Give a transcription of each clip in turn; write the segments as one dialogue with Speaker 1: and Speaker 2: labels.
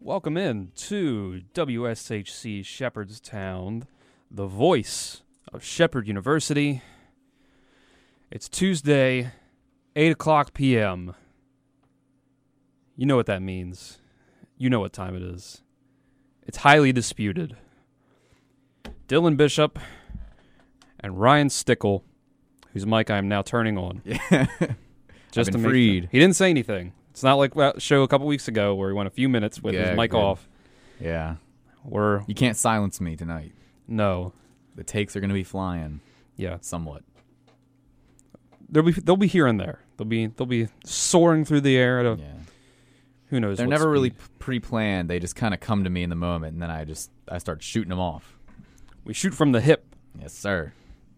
Speaker 1: Welcome in to WSHC Shepherdstown, the voice of Shepherd University. It's Tuesday, 8 o'clock p.m. You know what that means. You know what time it is. It's highly disputed. Dylan Bishop and Ryan Stickle, whose mic I am now turning on.
Speaker 2: Yeah.
Speaker 1: Just
Speaker 2: I've been
Speaker 1: to make-
Speaker 2: freed.
Speaker 1: He didn't say anything. It's not like that show a couple weeks ago where he went a few minutes with
Speaker 2: Yeah,
Speaker 1: his mic
Speaker 2: good.
Speaker 1: off.
Speaker 2: yeah.
Speaker 1: We're
Speaker 2: You can't silence me tonight.
Speaker 1: no,
Speaker 2: The takes are going to be flying
Speaker 1: yeah.
Speaker 2: somewhat.
Speaker 1: They'll be they'll be here and there. They'll be they'll be soaring through the air at a
Speaker 2: Yeah.
Speaker 1: who knows.
Speaker 2: They're
Speaker 1: what
Speaker 2: never
Speaker 1: speed.
Speaker 2: really pre-planned. They just kind of come to me in the moment and then I just I start shooting them off.
Speaker 1: We shoot from the hip
Speaker 2: Yes, sir.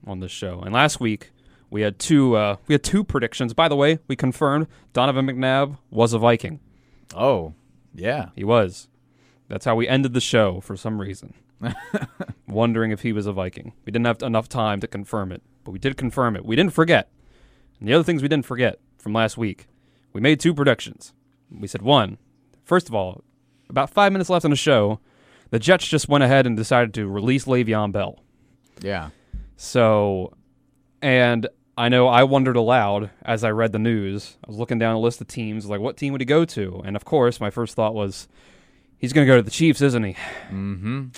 Speaker 1: on this show. And last week we had two uh, we had two predictions. By the way, we confirmed Donovan McNabb was a Viking.
Speaker 2: Oh. Yeah.
Speaker 1: He was. That's how we ended the show for some reason. Wondering if he was a Viking. We didn't have enough time to confirm it, but we did confirm it. We didn't forget. And the other things we didn't forget from last week, we made two predictions. We said one, first of all, about five minutes left on the show, the Jets just went ahead and decided to release Le'Veon Bell.
Speaker 2: Yeah.
Speaker 1: So, and I know I wondered aloud as I read the news. I was looking down a list of teams, like what team would he go to? And of course, my first thought was, he's going to go to the Chiefs, isn't he?
Speaker 2: Mhm.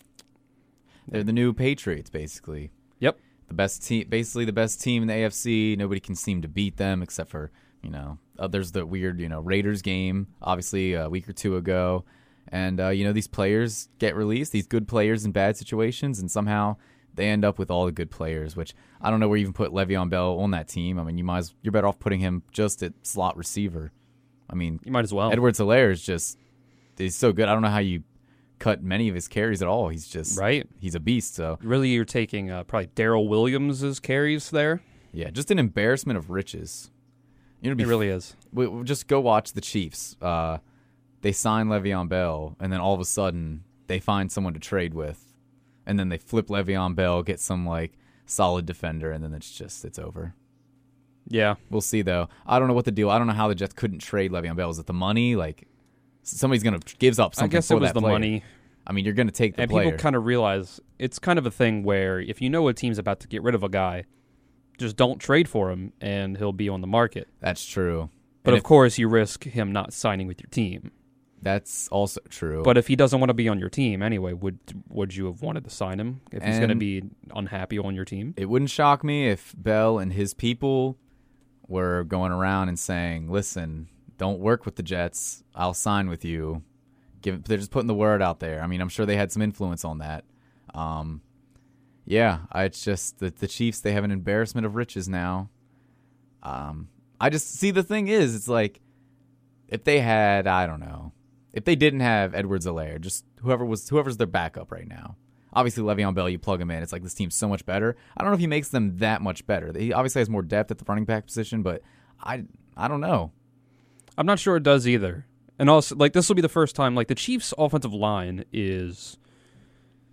Speaker 2: They're the new Patriots basically.
Speaker 1: Yep.
Speaker 2: The best team basically the best team in the AFC. Nobody can seem to beat them except for, you know, uh, there's the weird, you know, Raiders game obviously uh, a week or two ago. And uh, you know, these players get released, these good players in bad situations and somehow they end up with all the good players, which I don't know where you even put Le'Veon Bell on that team. I mean, you might as, you're better off putting him just at slot receiver. I mean,
Speaker 1: You might as well.
Speaker 2: Edwards Hilaire is just he's so good. I don't know how you cut many of his carries at all. He's just
Speaker 1: Right.
Speaker 2: He's a beast. So
Speaker 1: Really, you're taking uh, probably Daryl Williams' carries there.
Speaker 2: yeah, just an embarrassment of riches. You know, it'd
Speaker 1: It
Speaker 2: be
Speaker 1: really is.
Speaker 2: we, we just go watch the Chiefs. Uh, they sign Le'Veon Bell, and then all of a sudden they find someone to trade with, and then they flip Le'Veon Bell, get some like solid defender, and then it's just it's over.
Speaker 1: Yeah.
Speaker 2: We'll see though. I don't know what the deal. I don't know how the Jets couldn't trade Le'Veon Bell. Is it the money? Like somebody's gonna gives up
Speaker 1: I
Speaker 2: something.
Speaker 1: guess
Speaker 2: for
Speaker 1: it was
Speaker 2: that
Speaker 1: the
Speaker 2: player.
Speaker 1: money.
Speaker 2: I mean, you're gonna take the
Speaker 1: and
Speaker 2: player.
Speaker 1: people kind of realize it's kind of a thing where if you know a team's about to get rid of a guy, just don't trade for him and he'll be on the market.
Speaker 2: That's true.
Speaker 1: But
Speaker 2: And
Speaker 1: of
Speaker 2: if-
Speaker 1: course, you risk him not signing with your team.
Speaker 2: That's also true.
Speaker 1: But if he doesn't want to be on your team anyway, would would you have wanted to sign him if he's going to
Speaker 2: And-
Speaker 1: be unhappy on your team?
Speaker 2: it wouldn't shock me if Bell and his people were going around and saying, "Listen, don't work with the Jets. I'll sign with you." Give, they're just putting the word out there. I mean, I'm sure they had some influence on that. Um, yeah, I, it's just that the Chiefs they have an embarrassment of riches now. Um, I just see the thing is, it's like if they had, I don't know, if they didn't have Edwards Alaire, just whoever was whoever's their backup right now. Obviously, Le'Veon Bell, you plug him in. It's like this team's so much better. I don't know if he makes them that much better. He obviously has more depth at the running back position, but I I don't know.
Speaker 1: I'm not sure it does either. And also, like this will be the first time like the Chiefs' offensive line is,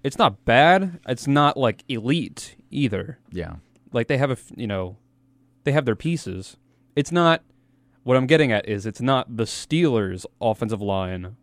Speaker 1: it's not bad. It's not like elite either.
Speaker 2: Yeah,
Speaker 1: Like they have a f- you know, they have their pieces. It's not. What I'm getting at is it's not the Steelers' offensive line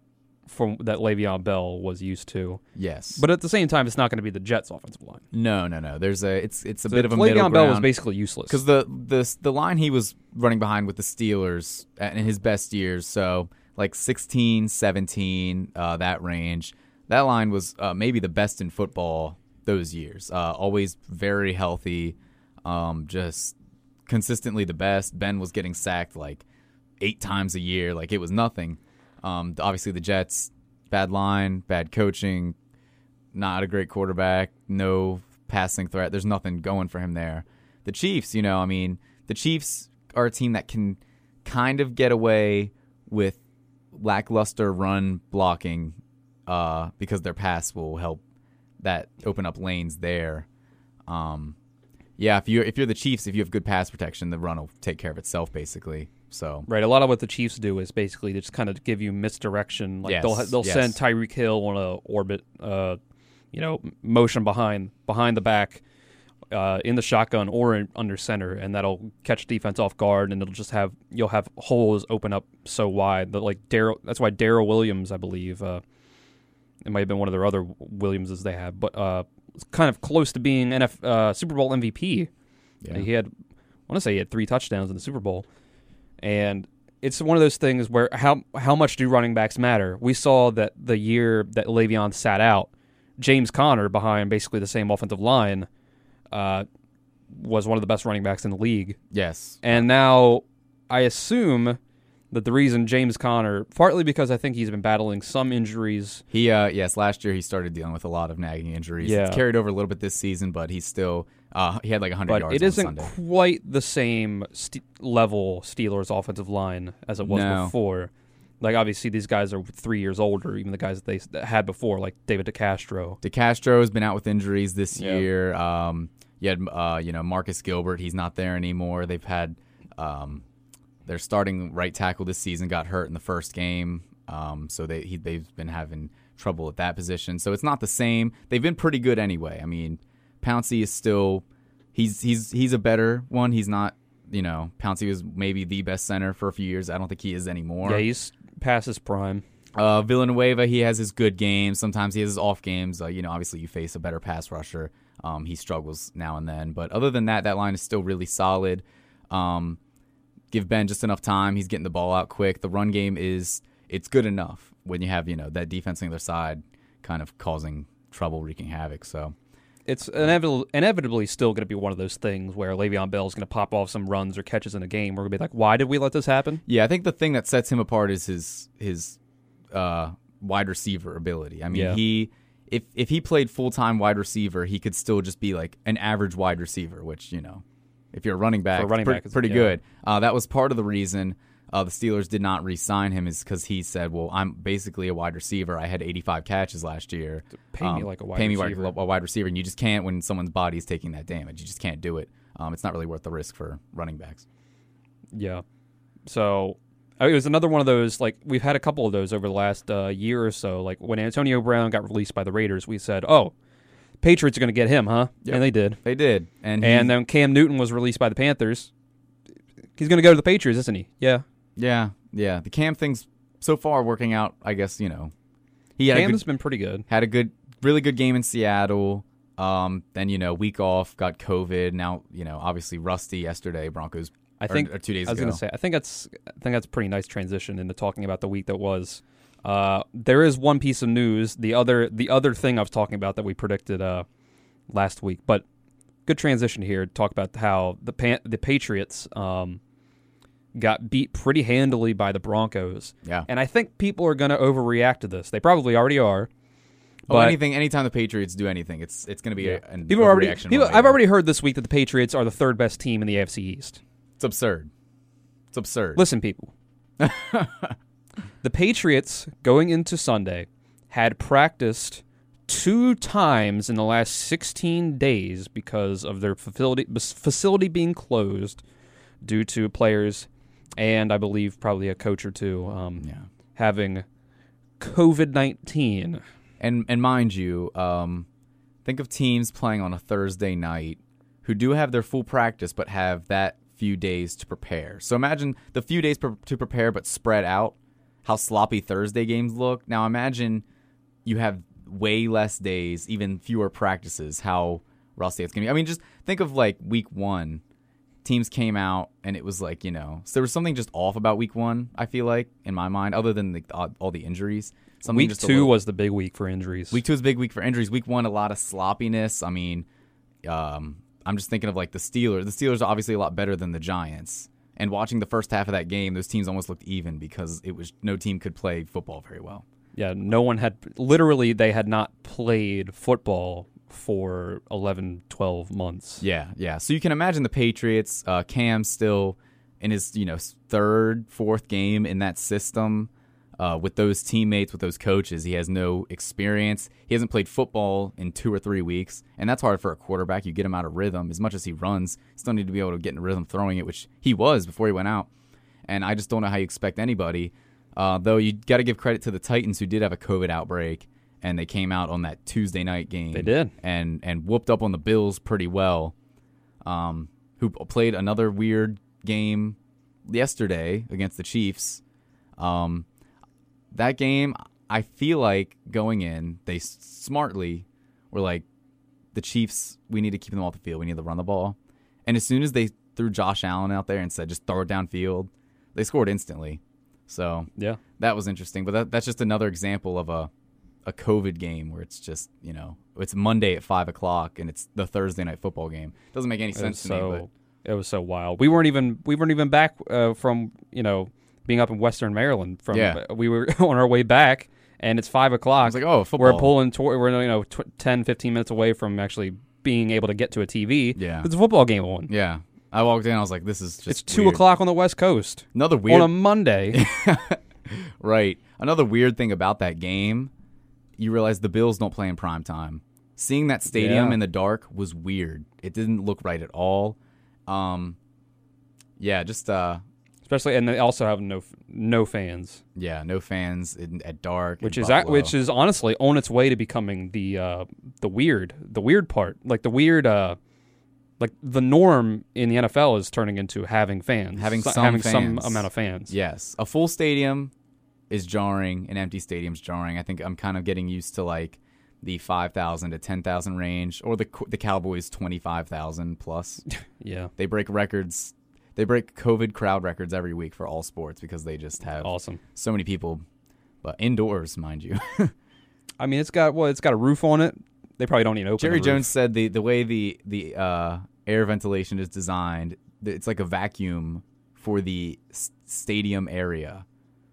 Speaker 1: from that Le'Veon Bell was used to.
Speaker 2: yes,
Speaker 1: But at the same time, it's not going to be the Jets' offensive line.
Speaker 2: no, no, no. There's a it's it's a
Speaker 1: So
Speaker 2: bit of a
Speaker 1: Le'Veon
Speaker 2: middle
Speaker 1: Bell was
Speaker 2: ground.
Speaker 1: basically useless.
Speaker 2: because the the the line he was running behind with the Steelers in his best years, so like 16, 17, uh, that range. That line was uh, maybe the best in football those years. Uh, always very healthy, um, just consistently the best. Ben was getting sacked like eight times a year, like it was nothing. Um, obviously, the Jets bad line, bad coaching, not a great quarterback, no passing threat. There's nothing going for him there. The Chiefs, you know, I mean, the Chiefs are a team that can kind of get away with lackluster run blocking uh, because their pass will help that open up lanes there. Um, yeah, if you if you're the Chiefs, if you have good pass protection, the run will take care of itself basically. So
Speaker 1: Right. A lot of what the Chiefs do is basically just kind of give you misdirection. Like they'll
Speaker 2: Yes,
Speaker 1: they'll
Speaker 2: yes.
Speaker 1: send Tyreek Hill on a orbit, uh, you know, m- motion behind behind the back, uh, in the shotgun or in, under center, and that'll catch defense off guard, and it'll just have you'll have holes open up so wide that like Daryl. That's why Daryl Williams, I believe, uh, it might have been one of their other Williamses they have, but uh, it's kind of close to being NF uh, Super Bowl MVP.
Speaker 2: Yeah.
Speaker 1: He had, I want to say he had three touchdowns in the Super Bowl, and it's one of those things where how how much do running backs matter? We saw that the year that Le'Veon sat out, James Conner behind basically the same offensive line, uh, was one of the best running backs in the league,
Speaker 2: Yes.
Speaker 1: and now I assume that the reason James Conner, partly because I think he's been battling some injuries.
Speaker 2: He uh yes, last year he started dealing with a lot of nagging injuries.
Speaker 1: Yeah.
Speaker 2: It's carried over a little bit this season, but he's still uh he had like 100
Speaker 1: but
Speaker 2: yards
Speaker 1: it
Speaker 2: on
Speaker 1: isn't
Speaker 2: Sunday.
Speaker 1: quite the same st- level Steelers offensive line as it was
Speaker 2: No.
Speaker 1: before. Like obviously these guys are three years older, even the guys that they s- that had before, like David DeCastro.
Speaker 2: DeCastro has been out with injuries this
Speaker 1: Yeah.
Speaker 2: year. Um, you had uh, you know Marcus Gilbert. He's not there anymore. They've had um, their starting right tackle this season got hurt in the first game, um, so they he, they've been having trouble at that position. So it's not the same. They've been pretty good anyway. I mean, Pouncey is still he's he's he's a better one. He's not you know Pouncey was maybe the best center for a few years. I don't think he is anymore.
Speaker 1: Yeah, he's past his prime.
Speaker 2: Uh, Villanueva, he has his good games. Sometimes he has his off games. Uh, you know, obviously you face a better pass rusher. Um, he struggles now and then, but other than that, that line is still really solid. Um, give Ben just enough time. He's getting the ball out quick. The run game is it's good enough when you have you know that defense on the other side kind of causing trouble, wreaking havoc. So
Speaker 1: It's inevitable, inevitably still going to be one of those things where Le'Veon Bell is going to pop off some runs or catches in a game. We're going to be like, why did we let this happen?
Speaker 2: Yeah, I think the thing that sets him apart is his his uh, wide receiver ability. I mean,
Speaker 1: Yeah.
Speaker 2: he if if he played full time wide receiver, he could still just be like an average wide receiver, which you know, if you're a running back,
Speaker 1: For a running
Speaker 2: pretty,
Speaker 1: back, it's-
Speaker 2: pretty
Speaker 1: yeah.
Speaker 2: good. Uh, that was part of the reason. Uh, the Steelers did not re-sign him is because he said, "Well, I'm basically a wide receiver. I had 85 catches last year. Um,
Speaker 1: Pay me like a wide
Speaker 2: pay me like
Speaker 1: receiver."
Speaker 2: a wide receiver, and you just can't when someone's body is taking that damage. You just can't do it. Um, it's not really worth the risk for running backs.
Speaker 1: Yeah. So I mean, it was another one of those. Like we've had a couple of those over the last uh, year or so. Like when Antonio Brown got released by the Raiders, we said, "Oh, Patriots are going to get him, huh?"
Speaker 2: Yep. Mm-hmm.
Speaker 1: And they did.
Speaker 2: They did, and he-
Speaker 1: And then Cam Newton was released by the Panthers. He's going to go to the Patriots, isn't he? Yeah.
Speaker 2: Yeah, yeah. The Cam thing's so far working out. I guess you know he had a
Speaker 1: Cam's
Speaker 2: good,
Speaker 1: been pretty good.
Speaker 2: had a good, really good game in Seattle. Um, then you know week off, got COVID. Now you know obviously rusty yesterday. Broncos.
Speaker 1: I
Speaker 2: or-
Speaker 1: think
Speaker 2: or two days
Speaker 1: I was
Speaker 2: ago.
Speaker 1: going to say. I think that's. I think that's a pretty nice transition into talking about the week that was. Uh, there is one piece of news. The other, the other thing I was talking about that we predicted uh, last week, but good transition here. to Talk about how the Pan- the Patriots um, got beat pretty handily by the Broncos,
Speaker 2: Yeah.
Speaker 1: and I think people are going to overreact to this. They probably already are.
Speaker 2: oh, anything, anytime the Patriots do anything, it's it's going to be a, an
Speaker 1: People are already.
Speaker 2: overreaction
Speaker 1: People,
Speaker 2: one way or
Speaker 1: I've
Speaker 2: the
Speaker 1: already heard this week that the Patriots are the third best team in the AFC East.
Speaker 2: other. It's absurd. It's absurd.
Speaker 1: Listen, people. the Patriots going into Sunday had practiced two times in the last 16 days because of their facility bes- facility being closed due to players and I believe probably a coach or two um,
Speaker 2: Yeah.
Speaker 1: having COVID 19.
Speaker 2: And and mind you, um, think of teams playing on a Thursday night who do have their full practice but have that few days to prepare. So imagine the few days pre- to prepare but spread out how sloppy Thursday games look. Now imagine you have way less days, even fewer practices, how rusty it's going to be. I mean, just think of like week one. Teams came out and it was like, you know, so there was something just off about week one, I feel like, in my mind, other than the, all the injuries. Something
Speaker 1: Week
Speaker 2: just a
Speaker 1: two
Speaker 2: little-
Speaker 1: was the big week for injuries.
Speaker 2: Week two is a big week for injuries. Week one, a lot of sloppiness. I mean, um, I'm just thinking of like the Steelers. The Steelers are obviously a lot better than the Giants. And watching the first half of that game, those teams almost looked even because it was no team could play football very well.
Speaker 1: Yeah, no one had literally they had not played football for 11 12 months.
Speaker 2: Yeah, yeah. So you can imagine the Patriots, uh, Cam still in his you know third, fourth game in that system uh, with those teammates, with those coaches. He has no experience. He hasn't played football in two or three weeks, and that's hard for a quarterback. You get him out of rhythm. As much as he runs, still need to be able to get in rhythm throwing it, which he was before he went out. And I just don't know how you expect anybody. Uh, though you got to give credit to the Titans, who did have a COVID outbreak and they came out on that Tuesday night game.
Speaker 1: They did.
Speaker 2: and and whooped up on the Bills pretty well. Um, who played another weird game yesterday against the Chiefs. Um, that game, I feel like going in, they s- smartly were like, the Chiefs, we need to keep them off the field. We need to run the ball. And as soon as they threw Josh Allen out there and said, just throw it downfield, they scored instantly. So
Speaker 1: Yeah.
Speaker 2: that was interesting. But that, that's just another example of a, a COVID game where it's just, you know, it's Monday at 5 o'clock and it's the Thursday night football game. Doesn't make any
Speaker 1: It was
Speaker 2: sense to
Speaker 1: so
Speaker 2: me. But
Speaker 1: it was so wild. We weren't even we weren't even back uh, from you know being up in Western Maryland. From uh,
Speaker 2: Yeah.
Speaker 1: we were on our way back, and it's five o'clock.
Speaker 2: I was like, oh,
Speaker 1: we're
Speaker 2: football.
Speaker 1: pulling toward we're you know tw- 10, 15 minutes away from actually being able to get to a TV.
Speaker 2: Yeah.
Speaker 1: There's a football game on.
Speaker 2: Yeah. I walked in. I was like, this is just
Speaker 1: It's two
Speaker 2: weird.
Speaker 1: o'clock on the West Coast
Speaker 2: Another weird
Speaker 1: on a Monday.
Speaker 2: Right. Another weird thing about that game, you realize the Bills don't play in prime time. Seeing that stadium
Speaker 1: Yeah.
Speaker 2: in the dark was weird. It didn't look right at all. Um, yeah, just uh,
Speaker 1: Especially, and they also have no f- no fans,
Speaker 2: yeah, no fans in, at dark, in
Speaker 1: which is ac
Speaker 2: Buffalo.
Speaker 1: which is honestly on its way to becoming the uh, the weird the weird part, like the weird uh, like the norm in the NFL is turning into having fans,
Speaker 2: Having
Speaker 1: So-
Speaker 2: some
Speaker 1: having some
Speaker 2: fans.
Speaker 1: amount of fans.
Speaker 2: yes, a full stadium is jarring. An empty stadium's jarring. I think I'm kind of getting used to like the five thousand to ten thousand range, or the the Cowboys twenty five thousand plus.
Speaker 1: yeah,
Speaker 2: They break records. They break COVID crowd records every week for all sports because they just have
Speaker 1: awesome.
Speaker 2: so many people, but indoors, mind you.
Speaker 1: I mean, it's got well, it's got a roof on it. They probably don't need to open.
Speaker 2: Jerry
Speaker 1: the roof.
Speaker 2: Jones said the the way the the uh, air ventilation is designed, th- it's like a vacuum for the s- stadium area.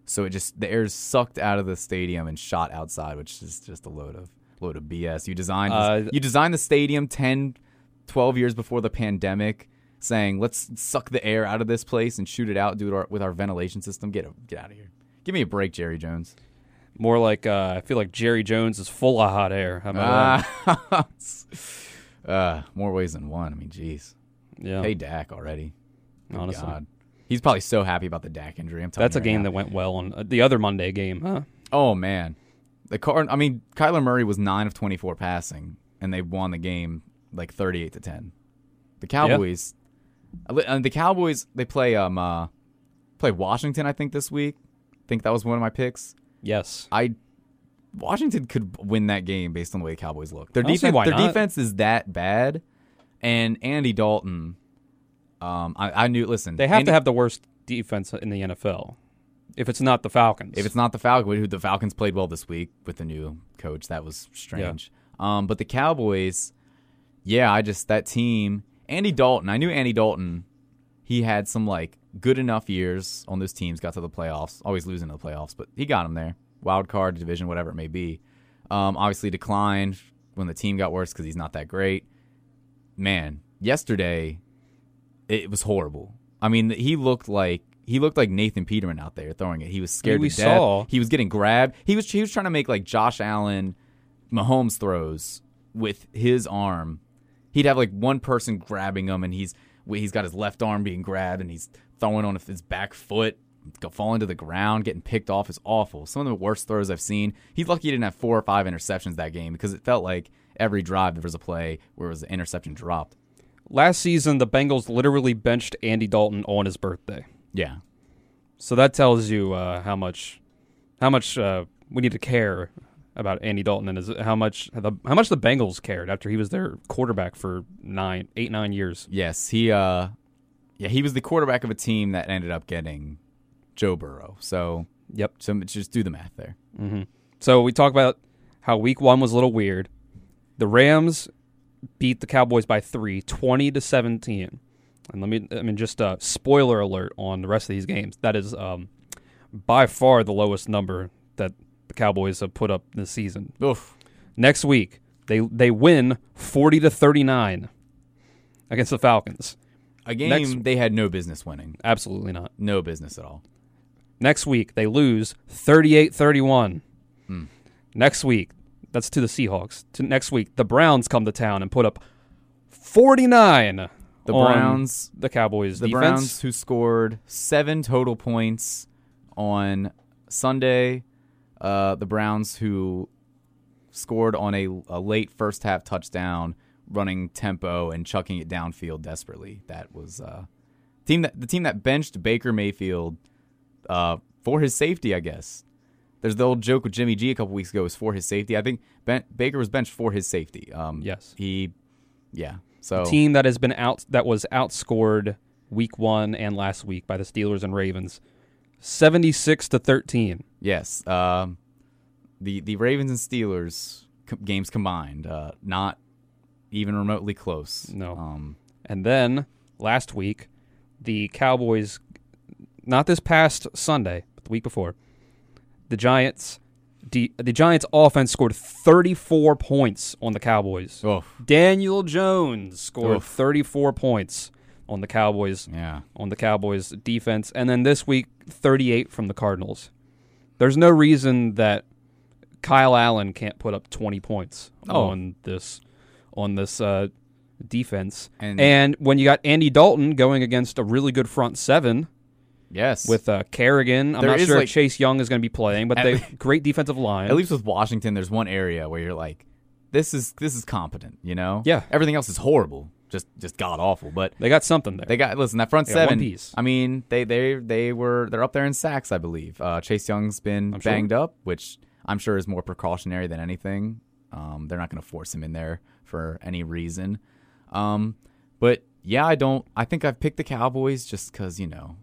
Speaker 2: So it just the air is sucked out of the stadium and shot outside, which is just a load of load of BS. You designed this-
Speaker 1: Uh,
Speaker 2: you designed the stadium 10, 12 years before the pandemic, saying let's suck the air out of this place and shoot it out, do it our, with our ventilation system. Get a, get out of here. Give me a break, Jerry Jones.
Speaker 1: More like uh, I feel like Jerry Jones is full of hot air. How about that?
Speaker 2: Uh, uh, more ways than one. I mean, jeez.
Speaker 1: Yeah,
Speaker 2: Hey, Dak already. Good
Speaker 1: honestly,
Speaker 2: God. He's probably so happy about the Dak injury. I'm telling
Speaker 1: that's
Speaker 2: you
Speaker 1: a
Speaker 2: right
Speaker 1: game
Speaker 2: now.
Speaker 1: that went well on uh, the other Monday game, huh?
Speaker 2: Oh man, the card. I mean, Kyler Murray was nine of 24 passing, and they won the game like 38 to 10. The Cowboys, and the Cowboys, they play um uh, play Washington. I think this week. I think that was one of my picks.
Speaker 1: Yes,
Speaker 2: I Washington could win that game based on the way the Cowboys look. Their
Speaker 1: I don't see
Speaker 2: defense,
Speaker 1: why
Speaker 2: their
Speaker 1: not.
Speaker 2: defense is that bad, and Andy Dalton. Um, I, I knew. Listen,
Speaker 1: they have
Speaker 2: Andy,
Speaker 1: to have the worst defense in the NFL. If it's not the Falcons,
Speaker 2: If it's not the Falcons, who the Falcons played well this week with the new coach, that was strange. Um, but the Cowboys, yeah, I just that team. Andy Dalton, I knew Andy Dalton. He had some like good enough years on those teams, got to the playoffs, always losing to the playoffs, but he got him there. Wild card, division, whatever it may be. Um, obviously declined when the team got worse because he's not that great. Man, yesterday it was horrible. I mean, he looked like he looked like Nathan Peterman out there throwing it. He was scared
Speaker 1: We
Speaker 2: to death.
Speaker 1: saw.
Speaker 2: He was getting grabbed. He was he was trying to make like Josh Allen, Mahomes throws with his arm. He'd have like one person grabbing him, and he's he's got his left arm being grabbed, and he's throwing on his back foot, go- falling to the ground, getting picked off is awful. Some of the worst throws I've seen. He's lucky he didn't have four or five interceptions that game because it felt like every drive there was a play where it was an interception dropped.
Speaker 1: last season, the Bengals literally benched Andy Dalton on his birthday,
Speaker 2: Yeah,
Speaker 1: so that tells you uh, how much how much uh, we need to care about Andy Dalton and his, how much the, how much the Bengals cared after he was their quarterback for nine, eight, nine years.
Speaker 2: Yes, he uh yeah, he was the quarterback of a team that ended up getting Joe Burrow. So,
Speaker 1: Yep.
Speaker 2: so just do the math there.
Speaker 1: So we talk about how week one was a little weird. The Rams beat the Cowboys by three, 20 to 17. And let me, I mean, just uh, spoiler alert on the rest of these games. That is um, by far the lowest number that the Cowboys have put up this season.
Speaker 2: Oof.
Speaker 1: Next week, they they win 40 to 39 against the Falcons.
Speaker 2: A game
Speaker 1: Next-
Speaker 2: they had no business winning.
Speaker 1: Absolutely not.
Speaker 2: No business at all.
Speaker 1: Next week, they lose 38 31.
Speaker 2: Hmm.
Speaker 1: Next week, that's to the Seahawks. To next week, the Browns come to town and put up 49.
Speaker 2: The
Speaker 1: on
Speaker 2: Browns-
Speaker 1: the Cowboys,
Speaker 2: The
Speaker 1: defense.
Speaker 2: Browns who scored 7 total points on Sunday, uh the Browns who scored on a, a late first half touchdown, running tempo and chucking it downfield desperately. That was uh, team that the team that benched Baker Mayfield uh, for his safety, I guess. There's the old joke with Jimmy G a couple weeks ago is for his safety. I think ben- Baker was benched for his safety. Um,
Speaker 1: Yes.
Speaker 2: he, yeah. So
Speaker 1: Team that has been out that was outscored week one and last week by the Steelers and Ravens, seventy six to thirteen.
Speaker 2: Yes. Um, the the Ravens and Steelers co- games combined, uh, not even remotely close.
Speaker 1: No.
Speaker 2: Um,
Speaker 1: And then last week, the Cowboys, not this past Sunday, but the week before, the Giants, the, the Giants offense scored 34 points on the Cowboys.
Speaker 2: oh,
Speaker 1: Daniel Jones scored
Speaker 2: Oof.
Speaker 1: 34 points on the Cowboys
Speaker 2: yeah.
Speaker 1: on the Cowboys defense and then this week 38 from the Cardinals. There's no reason that Kyle Allen can't put up 20 points
Speaker 2: Oh.
Speaker 1: on this on this uh, defense.
Speaker 2: And,
Speaker 1: And when you got Andy Dalton going against a really good front seven
Speaker 2: yes,
Speaker 1: with uh, Kerrigan, I'm
Speaker 2: There
Speaker 1: not
Speaker 2: is,
Speaker 1: sure
Speaker 2: like-
Speaker 1: if Chase Young is going to be playing, but
Speaker 2: At
Speaker 1: they
Speaker 2: le-
Speaker 1: great defensive line.
Speaker 2: at least with Washington, there's one area where you're like, this is this is competent. You know.
Speaker 1: Yeah.
Speaker 2: Everything else is horrible. Just just god awful. But
Speaker 1: they got something there.
Speaker 2: They got listen that front
Speaker 1: They got one
Speaker 2: seven.
Speaker 1: piece.
Speaker 2: I mean, they they they were they're up there in sacks, I believe. Uh, Chase Young's been
Speaker 1: I'm sure.
Speaker 2: banged up, which I'm sure is more precautionary than anything. Um, they're not going to force him in there for any reason. Um, but yeah, I don't. I think I've picked the Cowboys just because you know,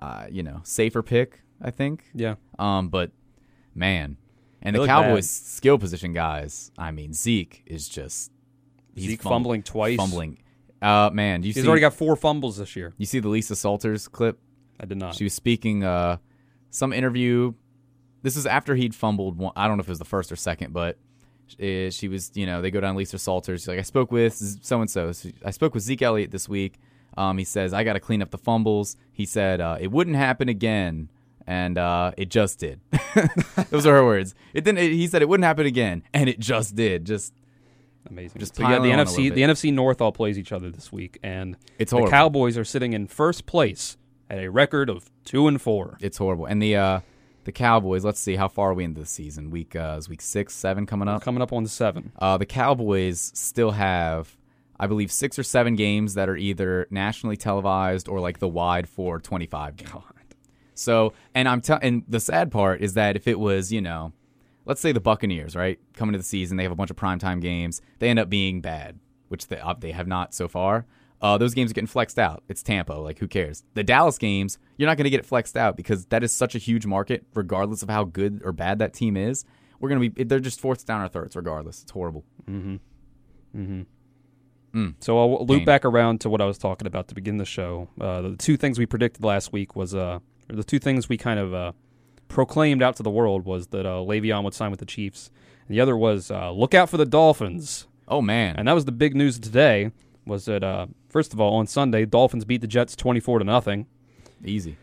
Speaker 2: uh, you know, safer pick. I think.
Speaker 1: yeah.
Speaker 2: Um, but man, and
Speaker 1: They
Speaker 2: the
Speaker 1: look bad.
Speaker 2: Cowboys skill position guys. I mean, Zeke is just he's
Speaker 1: Zeke fumbling
Speaker 2: fumbling,
Speaker 1: twice.
Speaker 2: fumbling. Uh, man, you
Speaker 1: He's
Speaker 2: see,
Speaker 1: already got four fumbles this year.
Speaker 2: you see the Lisa Salters clip?
Speaker 1: I did not.
Speaker 2: She was speaking uh, some interview. This is after he'd fumbled one. I don't know if it was the first or second, but uh, she was, you know, they go down Lisa Salters. She's like, I spoke with so and so. I spoke with Zeke Elliott this week. Um, he says, I got to clean up the fumbles. He said, uh, it wouldn't happen again. And uh, it just did. Those are her words. It didn't. he said it wouldn't happen again, and it just did. Just
Speaker 1: Amazing.
Speaker 2: just
Speaker 1: so yeah, the
Speaker 2: piling on a
Speaker 1: NFC
Speaker 2: little
Speaker 1: the NFC North all plays each other this week, and
Speaker 2: it's
Speaker 1: the
Speaker 2: horrible.
Speaker 1: Cowboys are sitting in first place at a record of two and four.
Speaker 2: it's horrible. And the uh, the Cowboys. Let's see how far are we into the season. Week uh, is week six, seven coming up.
Speaker 1: Coming up on seven.
Speaker 2: Uh, the Cowboys still have, I believe, six or seven games that are either nationally televised or like the wide for 25 game.
Speaker 1: God.
Speaker 2: So, and I'm telling, and the sad part is that if it was, you know, let's say the Buccaneers, right, coming to the season, they have a bunch of primetime games, they end up being bad, which they, uh, they have not so far. Uh, those games are getting flexed out. It's Tampa, like who cares? The Dallas games, you're not going to get it flexed out because that is such a huge market, regardless of how good or bad that team is. We're gonna be, they're just forced down our throats, regardless. It's horrible.
Speaker 1: Mm-hmm.
Speaker 2: Mm.
Speaker 1: So I'll loop
Speaker 2: Dang.
Speaker 1: back around to what I was talking about to begin the show. Uh, the two things we predicted last week was uh, or the two things we kind of uh, proclaimed out to the world was that uh, Le'Veon would sign with the Chiefs, and the other was uh, look out for the Dolphins.
Speaker 2: Oh man,
Speaker 1: And that was the big news of today. Was that uh, first of all on Sunday, Dolphins beat the Jets twenty four to nothing.
Speaker 2: easy.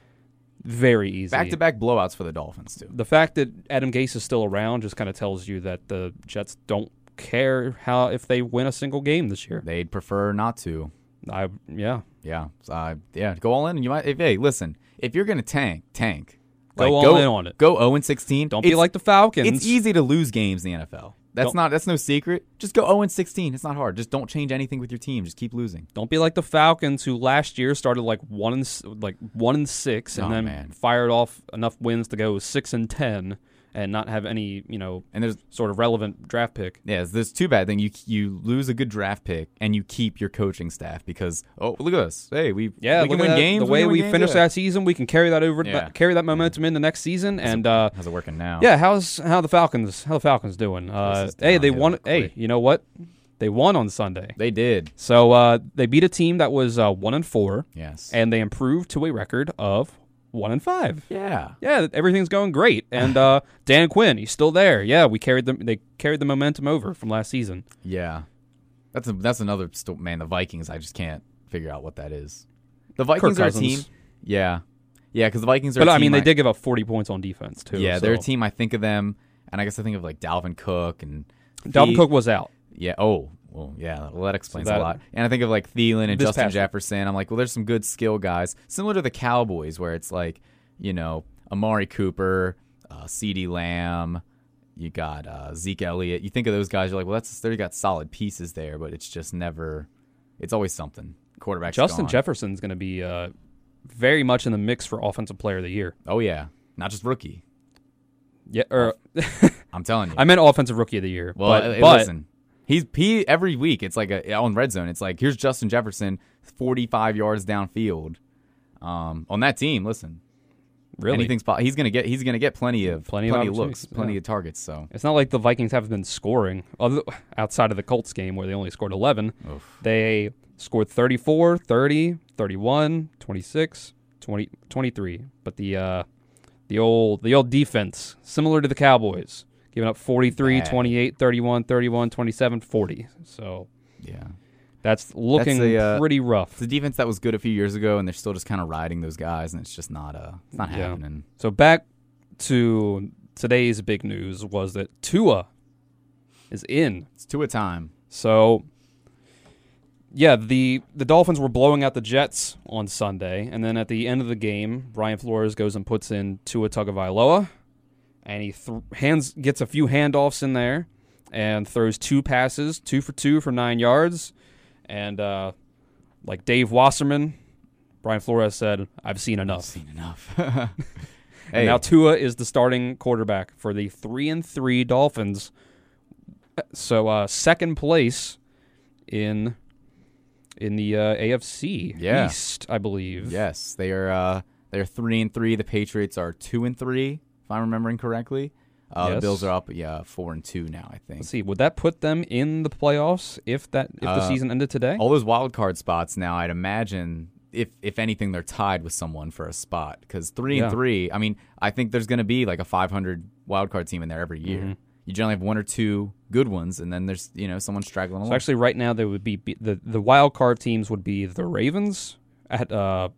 Speaker 1: Very easy.
Speaker 2: Back to back blowouts for the Dolphins too.
Speaker 1: the fact that Adam Gase is still around just kind of tells you that the Jets don't care how if they win a single game this year.
Speaker 2: They'd prefer not to.
Speaker 1: I yeah,
Speaker 2: Yeah, so I, yeah. Go all in, and you might. If, hey, listen, if you're gonna tank, tank.
Speaker 1: Go all in on it.
Speaker 2: Go zero and sixteen.
Speaker 1: don't be
Speaker 2: It's-
Speaker 1: like the Falcons.
Speaker 2: It's easy to lose games in the NFL. That's
Speaker 1: Don't-
Speaker 2: not. That's no secret. Just go zero and sixteen. It's not hard. Just don't change anything with your team. Just keep losing.
Speaker 1: Don't be like the Falcons who last year started like one and s- like one and six and
Speaker 2: Oh,
Speaker 1: then
Speaker 2: man.
Speaker 1: fired off enough wins to go six and ten and not have any you know
Speaker 2: And there's
Speaker 1: sort of relevant draft pick.
Speaker 2: yeah, there's- there's too bad thing. You you lose a good draft pick and you keep your coaching staff because oh look at us. Hey, we
Speaker 1: Yeah,
Speaker 2: we can
Speaker 1: look at
Speaker 2: win
Speaker 1: that.
Speaker 2: games.
Speaker 1: the way
Speaker 2: can win
Speaker 1: we
Speaker 2: games,
Speaker 1: finished
Speaker 2: yeah.
Speaker 1: that season, we can carry that over
Speaker 2: Yeah.
Speaker 1: carry that momentum in the next season and. uh
Speaker 2: How's it working now?
Speaker 1: Yeah, how's how the Falcons? How the Falcons doing? Uh,
Speaker 2: is
Speaker 1: hey, they
Speaker 2: downhill
Speaker 1: won. Hey,
Speaker 2: quick.
Speaker 1: you know what? They won on Sunday,
Speaker 2: they did.
Speaker 1: so uh, they beat a team that was uh, one and four,
Speaker 2: Yes.
Speaker 1: and they improved to a record of one and five.
Speaker 2: yeah.
Speaker 1: Yeah, everything's going great, and uh, Dan Quinn, he's still there. Yeah, we carried them. They carried the momentum over from last season.
Speaker 2: Yeah, that's a, that's another sto- man. The Vikings, I just can't figure out what that is. The Vikings are a team.
Speaker 1: Cousins.
Speaker 2: Yeah, yeah, because the Vikings are.
Speaker 1: But
Speaker 2: a
Speaker 1: I
Speaker 2: team
Speaker 1: mean, they did give up forty points on defense too.
Speaker 2: Yeah, they're a
Speaker 1: so-
Speaker 2: team. I think of them, and I guess I think of like Dalvin Cook and
Speaker 1: Dalvin
Speaker 2: Thie-
Speaker 1: Cook was out.
Speaker 2: Yeah. Oh, well, yeah. Well, that explains
Speaker 1: that-
Speaker 2: a lot. And I think of like Thielen and
Speaker 1: This
Speaker 2: Justin
Speaker 1: past-
Speaker 2: Jefferson. I'm like, well, there's some good skill guys, similar to the Cowboys, where it's like, you know, Amari Cooper, uh, C.D. Lamb, You got uh, Zeke Elliott. You think of those guys, you're like, well, that's they got solid pieces there, but it's just never. It's always something. Quarterback.
Speaker 1: Justin Jefferson's going to be uh, very much in the mix for offensive player of the year.
Speaker 2: Oh yeah, not just rookie.
Speaker 1: Yeah, or
Speaker 2: I'm telling you.
Speaker 1: I meant offensive rookie of the year.
Speaker 2: well, uh,
Speaker 1: but,
Speaker 2: hey,
Speaker 1: but
Speaker 2: listen, he's he every week. It's like a, on red zone. It's like here's Justin Jefferson, 45 yards downfield. Um, on that team, listen,
Speaker 1: really,
Speaker 2: anything's po- he's gonna get he's gonna get plenty of
Speaker 1: Plenty
Speaker 2: plenty,
Speaker 1: of
Speaker 2: of looks,
Speaker 1: opportunities,
Speaker 2: plenty
Speaker 1: yeah.
Speaker 2: of targets. So
Speaker 1: It's not like the Vikings have been scoring other, outside of the Colts game where they only scored 11. They scored 34, 30, 31, 26, 20, 23. But the uh, the old the old defense similar to the Cowboys, giving up 43,
Speaker 2: Bad.
Speaker 1: 28, 31, 31, 27, 40. So
Speaker 2: yeah,
Speaker 1: that's looking
Speaker 2: a, uh,
Speaker 1: pretty rough.
Speaker 2: it's a defense that was good a few years ago, and they're still just kind of riding those guys, and it's just not uh it's not
Speaker 1: Yeah.
Speaker 2: happening.
Speaker 1: So back to today's big news was that Tua is in
Speaker 2: It's two a time.
Speaker 1: So yeah, the the Dolphins were blowing out the Jets on Sunday, and then at the end of the game, Brian Flores goes and puts in Tua Tagovailoa, and he th- hands gets a few handoffs in there, and throws two passes, two for two for nine yards, and uh, like Dave Wasserman, Brian Flores said, "I've seen
Speaker 2: I've
Speaker 1: enough."
Speaker 2: seen enough. hey,
Speaker 1: And now Tua is the starting quarterback for the three and three Dolphins. So uh, second place in in the uh, AFC
Speaker 2: Yeah.
Speaker 1: East, I believe.
Speaker 2: yes, they are uh they're three and three. The Patriots are two and three, if I'm remembering correctly. Uh,
Speaker 1: Yes.
Speaker 2: The Bills are up, yeah, four and two now. I think
Speaker 1: Let's see. Would that put them in the playoffs if that if the
Speaker 2: Uh,
Speaker 1: season ended today?
Speaker 2: all those wild card spots now. I'd imagine if if anything, they're tied with someone for a spot because three
Speaker 1: Yeah.
Speaker 2: and three. I mean, I think there's going to be like a 500 wild card team in there every year.
Speaker 1: Mm-hmm.
Speaker 2: You generally have one or two good ones, and then there's you know someone straggling along.
Speaker 1: So actually, right now they would be, be the the wild card teams would be the Ravens at uh,